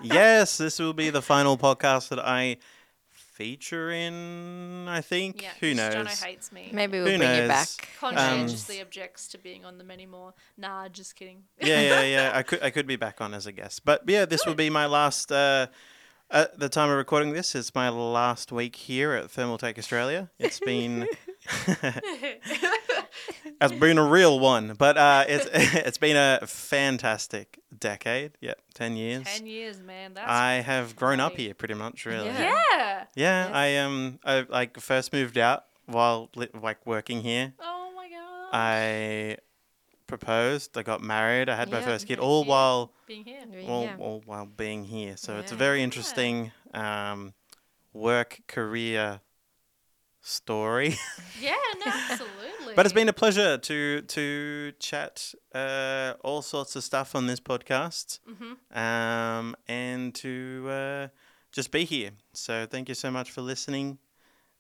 [SPEAKER 3] yes, this will be the final podcast that I feature in. I think.
[SPEAKER 1] Yeah,
[SPEAKER 3] Who knows?
[SPEAKER 1] Johnny hates me.
[SPEAKER 2] Maybe we'll
[SPEAKER 3] Who
[SPEAKER 2] bring you
[SPEAKER 3] knows? Um,
[SPEAKER 2] back.
[SPEAKER 1] Conscientiously objects to being on them anymore. Nah, just kidding.
[SPEAKER 3] yeah, yeah, yeah. I could I could be back on as a guest, but yeah, this will be my last. Uh, at the time of recording this, it's my last week here at Thermaltake Australia. It's been it's been a real one, but uh, it's it's been a fantastic decade. Yeah, ten years.
[SPEAKER 1] Ten years, man. That's
[SPEAKER 3] I have grown up
[SPEAKER 1] crazy.
[SPEAKER 3] here pretty much, really.
[SPEAKER 2] Yeah.
[SPEAKER 1] yeah.
[SPEAKER 3] Yeah, I um, I like first moved out while li- like working here.
[SPEAKER 1] Oh my god.
[SPEAKER 3] I proposed. I got married. I had my
[SPEAKER 2] Yeah.
[SPEAKER 3] first kid,
[SPEAKER 1] Very
[SPEAKER 3] all
[SPEAKER 1] cute.
[SPEAKER 3] while
[SPEAKER 1] being here.
[SPEAKER 3] all,
[SPEAKER 2] yeah.
[SPEAKER 3] all while being here. So it's a
[SPEAKER 2] Yeah.
[SPEAKER 3] very interesting um, work career story.
[SPEAKER 1] Yeah, no, absolutely.
[SPEAKER 3] but it's been a pleasure to to chat uh, all sorts of stuff on this podcast,
[SPEAKER 1] Mhm.
[SPEAKER 3] um, and to uh, just be here. So thank you so much for listening.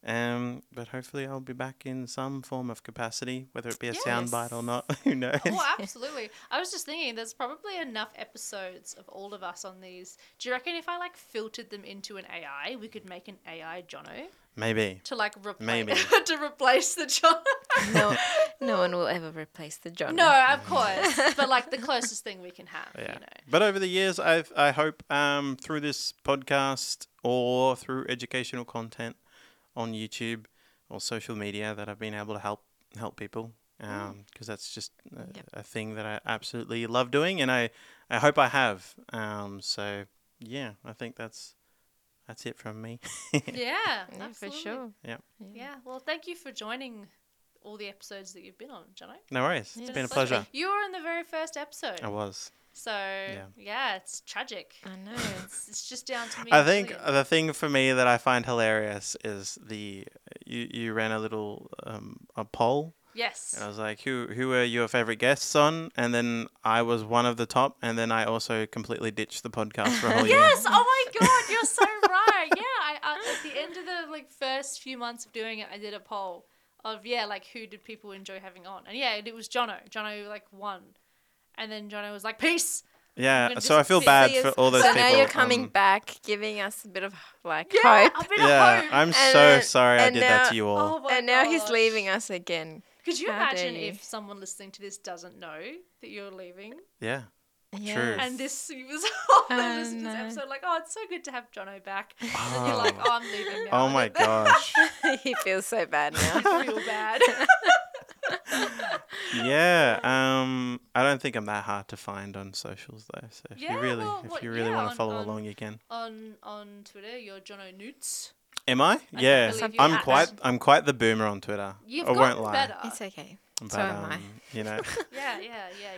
[SPEAKER 3] Um, but hopefully I'll be back in some form of capacity, whether it be a soundbite or
[SPEAKER 2] Yes.
[SPEAKER 3] not. Who knows?
[SPEAKER 1] Oh, absolutely. I was just thinking, there's probably enough episodes of all of us on these. Do you reckon if I like filtered them into an AI, we could make an AI Jono
[SPEAKER 3] Maybe.
[SPEAKER 1] to like replace
[SPEAKER 3] Maybe.
[SPEAKER 1] to replace the John?
[SPEAKER 2] no, no one will ever replace the John.
[SPEAKER 1] no, of course, but like the closest thing we can have.
[SPEAKER 3] Yeah.
[SPEAKER 1] You know.
[SPEAKER 3] But over the years, I've, I hope um, through this podcast or through educational content on YouTube or social media that I've been able to help help people because that's just a,
[SPEAKER 2] Yep.
[SPEAKER 3] a thing that I absolutely love doing, and I I hope I have. Um, so yeah, I think that's that's it from me.
[SPEAKER 1] Yeah,
[SPEAKER 2] Yeah, for
[SPEAKER 1] absolutely.
[SPEAKER 2] sure.
[SPEAKER 3] Yeah.
[SPEAKER 1] Yeah. Well, thank you for joining all the episodes that you've been on, Jono.
[SPEAKER 3] No worries. It's
[SPEAKER 2] Yes.
[SPEAKER 3] been a pleasure.
[SPEAKER 1] You were in the very first episode.
[SPEAKER 3] I was.
[SPEAKER 1] So yeah. it's tragic.
[SPEAKER 2] I know.
[SPEAKER 1] It's, it's just down to me.
[SPEAKER 3] I
[SPEAKER 1] and
[SPEAKER 3] think uh,
[SPEAKER 1] Julian.
[SPEAKER 3] the thing for me that I find hilarious is the you, you ran a little um, a poll
[SPEAKER 1] yes.
[SPEAKER 3] And I was like, "Who who were your favorite guests on?" And then I was one of the top. And then I also completely ditched the podcast for a whole
[SPEAKER 1] Yes! Oh my god, you're so right. Yeah, I, I, at the end of the like first few months of doing it, I did a poll of yeah, like who did people enjoy having on, and yeah, it, it was Jono. Jono like won, and then Jono was like peace.
[SPEAKER 3] year.
[SPEAKER 1] I'm
[SPEAKER 3] Yeah.
[SPEAKER 1] gonna
[SPEAKER 3] So I
[SPEAKER 1] just
[SPEAKER 3] feel
[SPEAKER 1] see
[SPEAKER 3] bad
[SPEAKER 1] you
[SPEAKER 3] for
[SPEAKER 1] as-
[SPEAKER 3] all those
[SPEAKER 2] so
[SPEAKER 3] people.
[SPEAKER 2] now you're coming
[SPEAKER 3] um,
[SPEAKER 2] back, giving us a bit of like
[SPEAKER 1] Yeah,
[SPEAKER 2] hope.
[SPEAKER 1] I've been
[SPEAKER 3] Yeah,
[SPEAKER 1] a hope.
[SPEAKER 3] I'm
[SPEAKER 2] And
[SPEAKER 3] so
[SPEAKER 2] then-
[SPEAKER 3] sorry I
[SPEAKER 2] and
[SPEAKER 3] did
[SPEAKER 2] now-
[SPEAKER 3] that to you all.
[SPEAKER 1] oh my
[SPEAKER 2] and now he's
[SPEAKER 1] gosh.
[SPEAKER 2] leaving us again.
[SPEAKER 1] Could you
[SPEAKER 2] How dare
[SPEAKER 1] imagine
[SPEAKER 2] you.
[SPEAKER 1] if someone listening to this doesn't know that you're leaving,
[SPEAKER 3] Yeah.
[SPEAKER 2] Yes.
[SPEAKER 1] and this you was
[SPEAKER 2] Oh,
[SPEAKER 1] listening to this
[SPEAKER 2] no.
[SPEAKER 1] episode like, oh, it's so good to have Jono back, and then you're
[SPEAKER 3] Oh,
[SPEAKER 1] like, oh, I'm leaving now.
[SPEAKER 3] oh
[SPEAKER 1] And
[SPEAKER 3] my
[SPEAKER 1] then-
[SPEAKER 3] gosh.
[SPEAKER 2] he feels so bad
[SPEAKER 1] you
[SPEAKER 2] now.
[SPEAKER 1] feel bad.
[SPEAKER 3] Yeah. Um. I don't think I'm that hard to find on socials though. So if
[SPEAKER 1] Yeah,
[SPEAKER 3] you really,
[SPEAKER 1] well,
[SPEAKER 3] if
[SPEAKER 1] what-
[SPEAKER 3] you really
[SPEAKER 1] yeah,
[SPEAKER 3] want
[SPEAKER 1] on-
[SPEAKER 3] to follow
[SPEAKER 1] on-
[SPEAKER 3] along, you can.
[SPEAKER 1] on on Twitter, you're John O'Noots.
[SPEAKER 3] Am I?
[SPEAKER 1] I
[SPEAKER 3] yeah.
[SPEAKER 1] believe you
[SPEAKER 3] I'm
[SPEAKER 1] at-
[SPEAKER 3] quite. I'm quite the boomer on Twitter.
[SPEAKER 1] You've
[SPEAKER 3] I won't
[SPEAKER 1] gotten
[SPEAKER 3] lie.
[SPEAKER 1] better.
[SPEAKER 2] it's okay.
[SPEAKER 3] But
[SPEAKER 2] So am I.
[SPEAKER 3] um, you know.
[SPEAKER 1] Yeah, yeah, yeah.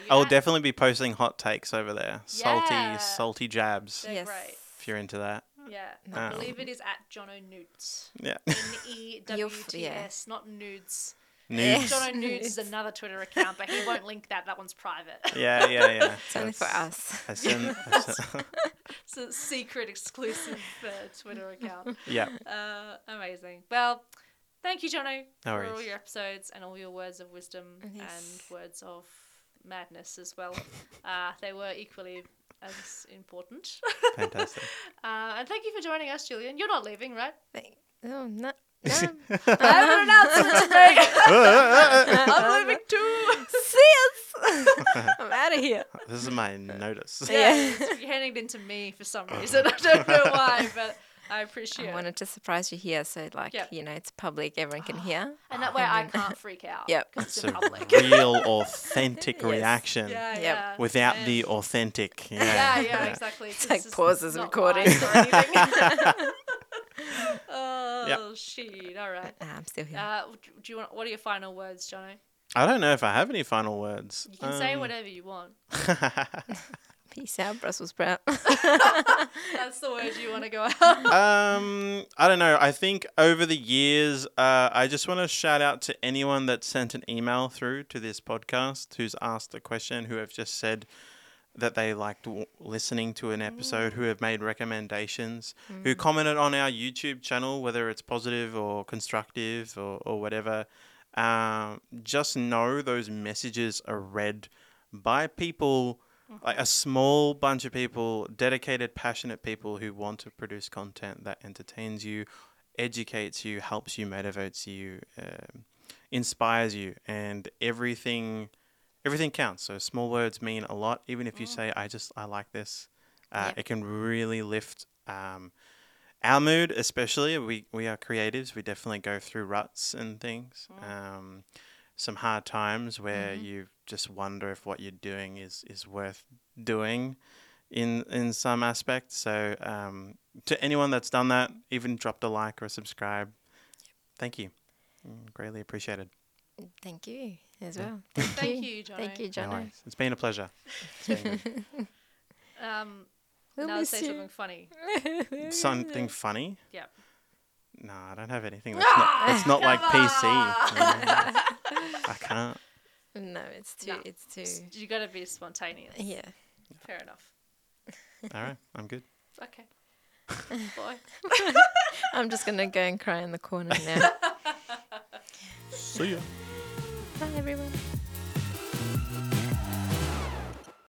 [SPEAKER 3] I will
[SPEAKER 1] yeah.
[SPEAKER 3] Oh, definitely be posting hot takes over there.
[SPEAKER 1] Yeah.
[SPEAKER 3] Salty, salty jabs.
[SPEAKER 1] They're
[SPEAKER 2] yes.
[SPEAKER 1] great.
[SPEAKER 3] If you're into that.
[SPEAKER 1] Yeah, I
[SPEAKER 3] Um,
[SPEAKER 1] believe it is at John O'Noots.
[SPEAKER 3] Yeah.
[SPEAKER 1] N E W T
[SPEAKER 2] yeah.
[SPEAKER 1] S, not nudes.
[SPEAKER 3] Nudes.
[SPEAKER 1] John O'Noots is another Twitter account, but he won't link that. That one's private.
[SPEAKER 3] Yeah, yeah, yeah.
[SPEAKER 2] It's only for
[SPEAKER 3] That's-
[SPEAKER 2] us.
[SPEAKER 3] I send, I send-
[SPEAKER 1] It's a secret exclusive uh, Twitter account.
[SPEAKER 3] yeah.
[SPEAKER 1] Uh, amazing. Well, thank you, Jono,
[SPEAKER 3] No
[SPEAKER 1] for all
[SPEAKER 3] worries.
[SPEAKER 1] your episodes and all your words of wisdom
[SPEAKER 2] Yes.
[SPEAKER 1] and words of madness as well. Uh, they were equally as important.
[SPEAKER 3] Fantastic.
[SPEAKER 1] Uh, and thank you for joining us, Julian. You're not leaving, right?
[SPEAKER 2] Like, oh, no, no.
[SPEAKER 1] I have an announcement to make. I'm leaving too.
[SPEAKER 2] See us. I'm out of here.
[SPEAKER 3] this is my notice.
[SPEAKER 1] Yeah,
[SPEAKER 2] Yeah.
[SPEAKER 1] it's handing it to me for some reason. I don't know why, but I appreciate
[SPEAKER 2] I
[SPEAKER 1] it.
[SPEAKER 2] wanted to surprise you here, so like
[SPEAKER 1] Yep.
[SPEAKER 2] you know, it's public. Everyone
[SPEAKER 1] Ah,
[SPEAKER 2] can hear.
[SPEAKER 1] And that way I can't freak out.
[SPEAKER 2] Yep.
[SPEAKER 1] Because it's
[SPEAKER 3] It's
[SPEAKER 1] in
[SPEAKER 3] a
[SPEAKER 1] public.
[SPEAKER 3] real, authentic
[SPEAKER 2] Yes.
[SPEAKER 3] reaction
[SPEAKER 1] Yeah,
[SPEAKER 2] Yep.
[SPEAKER 1] yeah.
[SPEAKER 3] without
[SPEAKER 1] And-
[SPEAKER 3] the authentic. Yeah.
[SPEAKER 1] Yeah, yeah, exactly. 'cause
[SPEAKER 2] like
[SPEAKER 1] this is
[SPEAKER 2] pauses
[SPEAKER 1] not
[SPEAKER 2] recording.
[SPEAKER 1] live or anything. oh, shit. All right.
[SPEAKER 2] Nah, I'm still here.
[SPEAKER 1] Uh, do do you want? What are your final words, Jono?
[SPEAKER 3] I don't know if I have any final words.
[SPEAKER 1] You can say
[SPEAKER 3] Um,
[SPEAKER 1] whatever you want.
[SPEAKER 2] Peace out, Brussels sprout.
[SPEAKER 1] That's the word you want to go out.
[SPEAKER 3] um, I don't know. I think over the years, uh, I just want to shout out to anyone that sent an email through to this podcast who's asked a question, who have just said that they liked w- listening to an episode, who have made recommendations, who commented on our YouTube channel, whether it's positive or constructive or, or whatever. Um, just know those messages are read by people, like a small bunch of people, dedicated, passionate people who want to produce content that entertains you, educates you, helps you, motivates you, um, inspires you, and everything everything counts. So small words mean a lot. Even if you say, "I just I like this," uh,
[SPEAKER 2] Yep.
[SPEAKER 3] it can really lift um, our mood. Especially we we are creatives. We definitely go through ruts and things. Um, some hard times where you just wonder if what you're doing is is worth doing in in some aspect. So um, to anyone that's done that, even dropped a like or a subscribe, thank you. Mm, Greatly appreciated.
[SPEAKER 2] Thank you as well.
[SPEAKER 1] Thank you, John.
[SPEAKER 2] Thank you,
[SPEAKER 3] No
[SPEAKER 2] John.
[SPEAKER 3] worries. It's been a pleasure. It's been good.
[SPEAKER 1] Um,
[SPEAKER 2] We'll
[SPEAKER 1] now
[SPEAKER 2] miss
[SPEAKER 1] say something
[SPEAKER 2] you.
[SPEAKER 1] funny.
[SPEAKER 3] something funny.
[SPEAKER 1] Yeah.
[SPEAKER 3] No, I don't have anything that's not, that's not like PC. Mm. I can't.
[SPEAKER 2] No, it's too.
[SPEAKER 1] No.
[SPEAKER 2] It's too.
[SPEAKER 1] You got to be spontaneous.
[SPEAKER 2] Yeah.
[SPEAKER 1] Fair enough.
[SPEAKER 3] All right, I'm good.
[SPEAKER 1] Okay. Bye.
[SPEAKER 2] I'm just gonna go and cry in the corner now.
[SPEAKER 3] See ya.
[SPEAKER 2] Bye, everyone.
[SPEAKER 3] Bye.